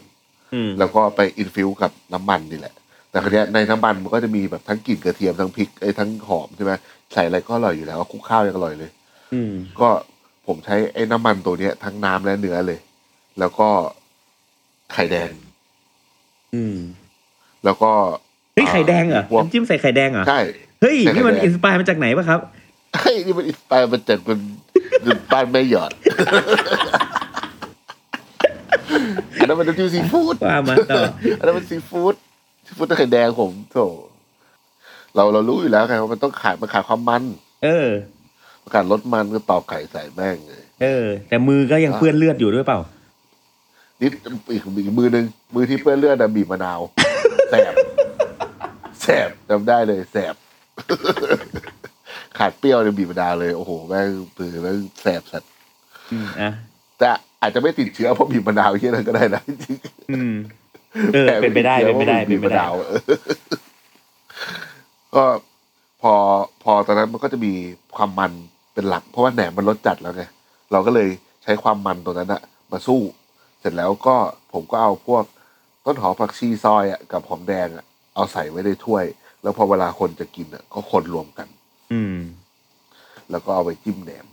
อืม แล้วก็ไปอินฟิวกับน้ำมันนี่แหละ แต่ครั้นี้ยในน้ำมันมันก็จะมีแบบทั้งกลิ่นกระเทียมทั้งพริกไอ้ยทั้งหอมใช่ไหมใส่อะไรก็อร่อยอยู่แล้วคลุกข้าวยังอร่อยเลย อืม ก็ผมใช้ไอ้น้ำมันตัวเนี้ยทั้งน้ำและเนื้อเลย แล้วก็ไข่แดง อืม แล้วก็ เฮ้ยไข่แดงเหรอ พวก น้ำจิ้มใส่ไข่แดงเหรอ ใช่ เฮ้ยนี่มัน ใส่ไข่แดง อินสปายมาจากไหนวะครับ เฮ้ยนี่มันอินสปายมาจากคุณคุณบ้านแม่หยอด อันนั้นมันน้ำจิ้มซีฟู้ด ว่ามาต่อ อันนั้นมันซีฟู้ดซีฟู้ดไข่แดงผมโถเราเรารู้อยู่แล้วไงว่ามันต้องขายมันขายความมัน เออ ประกาศลดมันก็ตอกไข่ใส่แม่งเลย เออ แต่มือก็ยังเปื้อนเลือดอยู่ด้วยเปล่า นิดอีกอีกมือหนึ่งมือที่เปื้อนเลือดอะบีบมะนาวแสบแสบจำได้เลยแสบ ขาดเปรี้ยวเนี่ยบีบมะนาวเลยโอ้โหแม่งปือแม่งแสบสัตว์ อืมอ่ะ แต่อาจจะไม่ติดเชื้อเพราะบีบมะนาวที่นั่นก็ได้นะจ ริง อืม ๆ เออ แต่ เป็นไปได้ ติชื้อ เป็นไปได้ พราะบีบ เป็นไป มะ ได้ นาว เออก็พอพอตอนนั้นมันก็จะมีความมันเป็นหลัก เพราะว่าแหนมมันรสจัดแล้วไงเราก็เลยใช้ความมันตัวนั้นอะมาสู้ เสร็จแล้วก็ผมก็เอาพวกต้นหอมผักชีซอยอะกับหอมแดงอะเอาใส่ไว้ในถ้วย แล้วพอเวลาคนจะกินอะก็คนรวมกัน อืม แล้วก็เอาไปจิ้มแหนม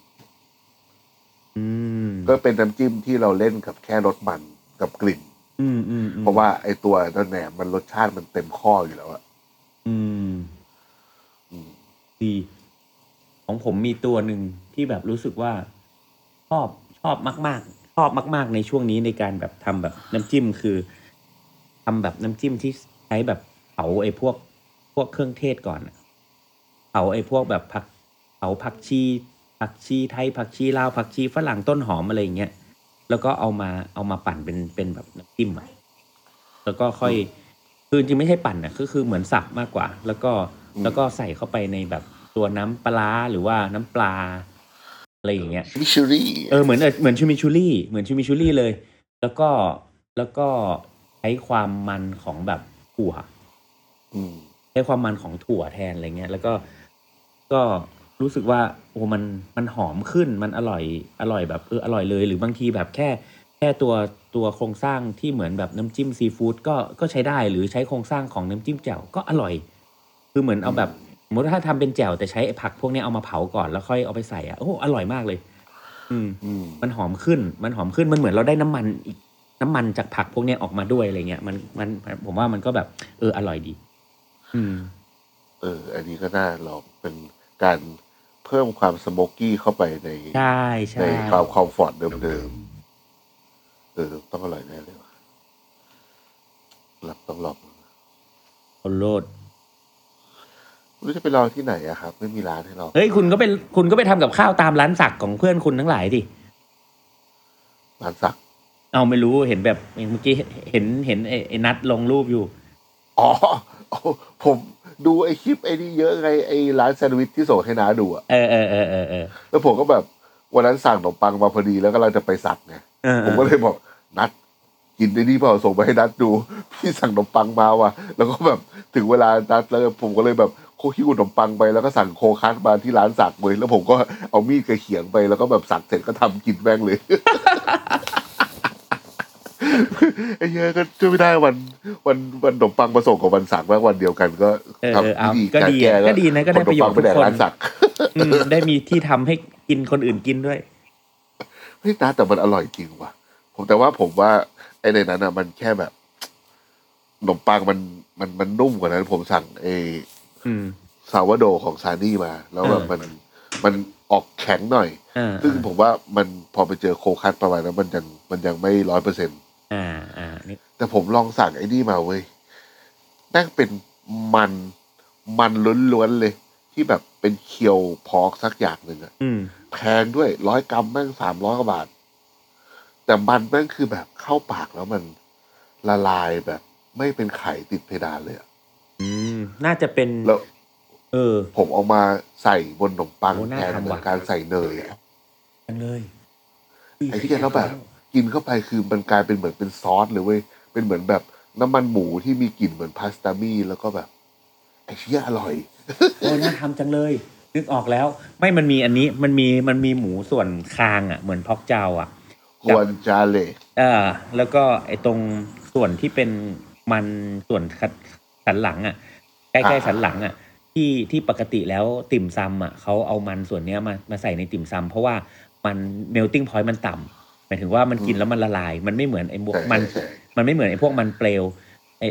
อืม ก็เป็นน้ำจิ้มที่เราเล่นกับแค่รสมันกับกลิ่น อืมอืม เพราะว่าไอตัวแหนมมันรสชาติมันเต็มข้ออยู่แล้วอะ อืม อืม ดีของผมมีตัวหนึ่งที่แบบรู้สึกว่า ชอบชอบมาก ๆ ชอบมาก ๆ ในช่วงนี้ในการแบบทำแบบน้ำจิ้มคือทำแบบน้ำจิ้มที่ใช้แบบเผาไอ้พวกพวกเครื่องเทศก่อนอะเผาไอ้พวกแบบผักเผาผักชีผักชีไทยผักชีลาวผักชีฝรั่งต้นหอมอะไรอย่างเงี้ย แล้วก็เอามาเอามาปั่นเป็นเป็นแบบน้ำจิ้มอะแล้วก็ค่อยคือจริงๆไม่ใช่ปั่นนะคือคือเหมือนสับมากกว่า แล้วก็ อืม แล้วก็ใส่เข้าไปในแบบตัวน้ำปลาร้าหรือว่าน้ำปลาอะไรอย่างเงี้ย มิชรี่ เออเหมือนเออเหมือนชูมิชูรี่เหมือนชูมิชูรี่เลย แล้วก็แล้วก็ใช้ความมันของแบบถั่ว อืม ใช้ความมันของถั่วแทนอะไรเงี้ย แล้วก็ก็รู้สึกว่าโอ้มันมันหอมขึ้นมันอร่อยอร่อยแบบเอออร่อยเลย หรือบางทีแบบแค่ แค่ตัวตัวโครงสร้างที่เหมือนแบบน้ำจิ้มซีฟู้ดก็ก็ใช้ได้หรือใช้โครงสร้างของน้ำจิ้มแจ่วก็อร่อย คือเหมือนเอาแบบสมมติว่าถ้าทำเป็นแจ่วแต่ใช้ไอ้ผักพวกเนี้ยเอามาเผาก่อนแล้วค่อยเอาไปใส่อ่ะโอ้อร่อยมากเลย อืม อืม มันหอมขึ้น มันหอมขึ้น มันเหมือนเราได้น้ำมันอีกน้ำมันจากผักพวกเนี้ยออกมาด้วยอะไรเงี้ย มันมัน ผมว่ามันก็แบบ เอออร่อยดี อืม เออ อันนี้ก็น่าลองเป็นการเพิ่มความสโมกกี้เข้าไปใน ใช่ใช่ ในความคอมฟอร์ตเดิมๆ เออ ต้องอร่อยแน่เลยว่ะรับต้องลอง คนโลด ไม่รู้จะไปลองที่ไหนอะครับ ไม่มีร้านให้ลอง เฮ้ย คุณก็เป็นคุณก็ไปทำกับข้าวตามร้านสักของเพื่อนคุณทั้งหลายดิ ร้านสัก เอาไม่รู้เห็นแบบเมื่อกี้เห็นเห็นไอ้ไอ้นัดลงรูปอยู่ อ๋อ ผม ดูไอคลิปไอ้นี่เยอะไงไอร้านแซนด์วิชที่ส่งให้น้าดูอะ เออเออเออเออเออ แล้วผมก็แบบวันนั้นสั่งขนมปังมาพอดีแล้วก็เราจะไปสั่งไง เออ ผมก็เลยบอกนัด กินได้นี่เปล่าส่งไปให้นัดดู พี่สั่งขนมปังมาว่ะ แล้วก็แบบถึงเวลานัดแล้วผมก็เลยแบบโคกหิ้วขนมปังไปแล้วก็สั่งโคคัสมาที่ร้านสักเลยแล้วผมก็เอามีดกระเขียงไปแล้วก็แบบสักเสร็จก็ทำกินแม่งเลย ไอ้เหี้ยอะก็ช่วยไม่ได้วัน วันวันขนมปังมาส่งกับวันสักแม่งวันเดียวกันก็ เออ ทำ เออเอา วิธี ก็ การ ดี แก้ อะก็ดีนะก็ได้ปขม ระโยชปัง น์ ไป ทุก แดก คน ร้านสัก อืมได้มีที่ทำให้กินคนอื่นกินด้วย เฮ้ยนะแต่มันอร่อยจริงว่ะ ผมแต่ว่าผมว่า ไอ้ในนั้นอ่ะ มันแค่แบบขนมปังมันมันมันนุ่มกว่านั้น ผมสั่งไอ้ อืม ซาวโดของซานี่มา แล้วแบบ เออ มันมันออกแข็งหน่อย อ่า ซึ่งผมว่ามันพอไปเจอโคคัสประมาณนั้นมันยังมันยังไม่ร้อยเปอร์เซ็น อ่าอ่านี่ แต่ผมลองสั่งไอ้นี่มาเว้ยนั่งเป็นมันมันล้วนๆเลย ที่แบบเป็นเคียวพอกสักอย่างหนึ่งอะ อืม แพงด้วยร้อยกรัมแม่งสามร้อยกว่าบาท แต่มันแม่งคือแบบเข้าปากแล้วมันละลายแบบ ไม่เป็นไข่ติดเพดานเลยอะ อืม น่าจะเป็น แล้ว เออ ผมเอามาใส่บนขนมปัง โอ้น่า แทน ทำว่ะ การใส่เนยอะ จังเลย ไอ้ที่แล้วแบบ กินเข้าไปคือมันกลายเป็นเหมือนเป็นซอสเลยเว้ยเป็นเหมือนแบบน้ำมันหมูที่มีกลิ่นเหมือนพาสต้ามีแล้วก็แบบไอ้เชี่ยอร่อย โอ้น่าทำจังเลย นึกออกแล้ว ไม่มันมีอันนี้มันมีมันมีหมูส่วนคางอ่ะ เหมือนพอกเจ้าอ่ะ กวนจาเล เอ่อแล้วก็ไอ้ตรงส่วนที่เป็นมันส่วนขัดสันหลังอ่ะใกล้ๆสันหลังอ่ะ ที่ที่ปกติแล้วติ่มซำอ่ะเขาเอามันส่วนเนี้ยมามาใส่ในติ่มซำเพราะว่ามันเมลติ้งพอยต์มันต่ำหมายถึงว่ามันกินแล้วมันละลาย มันไม่เหมือนไอ้พวก ใช่ มัน ใช่ใช่ มันไม่เหมือนไอ้พวกมันเปลวไอ้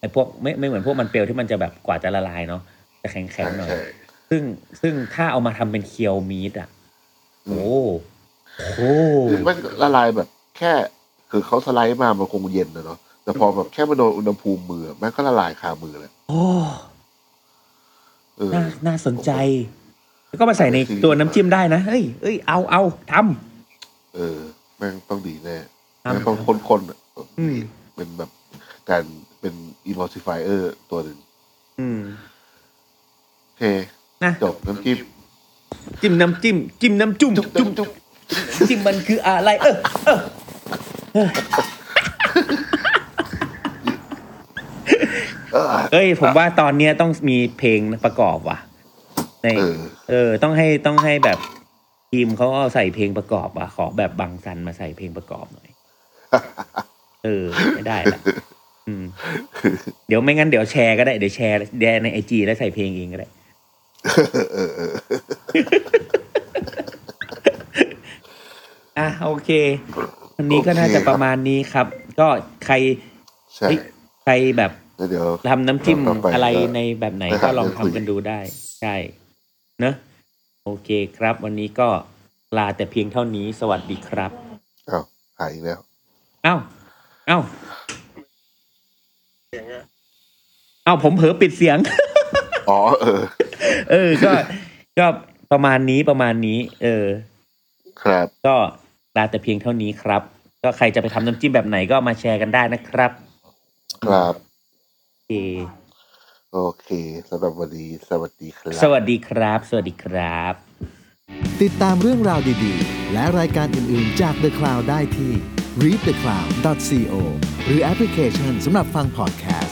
ไอ้พวกไม่ไม่เหมือนพวกมันเปลวที่มันจะแบบกว่าจะละลายเนาะจะแข็งแข็งๆหน่อย ใช่ใช่ ซึ่งซึ่งถ้าเอามาทำเป็นเคียวมีดอ่ะโอ้โห คือมันละลายแบบแค่คือเขาสไลด์มามันคงเย็นนะเนาะแต่พอแบบแค่มาโดนอุณหภูมิมือมันก็ละลายคามือเลย โอ้ เออ น่าน่าสนใจ แล้วก็มาใส่ใน คือ ตัวน้ำจิ้มได้นะ เอ้ยเอ้ย เอาเอาทำ เออแม่งต้องดีแน่ ทำ แม่งต้องคนๆอะ อืม เป็นแบบการเป็นอิมมอสิฟายเออร์ตัวหนึ่ง อืม โอเค นะ จบน้ำจิ้ม จิ้มน้ำจิ้ม จิ้มน้ำจุ่มจุ่มจุ่ม จุ๊บ จิ้มมันคืออะไร เออเออเออ เออ เอ้ย ผมว่าตอนเนี้ยต้องมีเพลงประกอบว่ะใน เออ เออ ต้องให้ต้องให้แบบทีมเขาเอาใส่เพลงประกอบว่ะ ขอแบบบางซันมาใส่เพลงประกอบหน่อย เออ ไม่ได้ละอืม เดี๋ยวไม่งั้นเดี๋ยวแชร์ก็ได้ เดี๋ยวแชร์แดในไอจีแล้วใส่เพลงเองก็ได้ เออเออ อ่ะโอเค วันนี้ก็น่าจะประมาณนี้ครับ ก็ใคร ใช่ เฮ้ยใครแบบ แล้วเดี๋ยว ทำน้ำจิ้ม ต่อไป อะไร ก็ ในแบบไหน ไปหา ก็ลองทำ เรื่องคุย กันดูได้ ใช่เนอะโอเคครับ วันนี้ก็ลาแต่เพียงเท่านี้สวัสดีครับ อ้าวหายอีกแล้ว เอ้าเอ้าเอ้าผมเผลอปิดเสียง อ๋อเออ เออ ก็ก็ประมาณนี้ประมาณนี้ เออ ครับ ก็ลาแต่เพียงเท่านี้ครับ ก็ใครจะไปทำน้ำจิ้มแบบไหนก็มาแชร์กันได้นะครับ ครับ โอเค โอเคสำหรับวันนี้สวัสดีครับ สวัสดีครับ สวัสดีครับ ติดตามเรื่องราวดีๆ และรายการอื่นๆจาก The Cloud ได้ที่ readthecloud.co หรือแอปพลิเคชันสำหรับฟัง podcast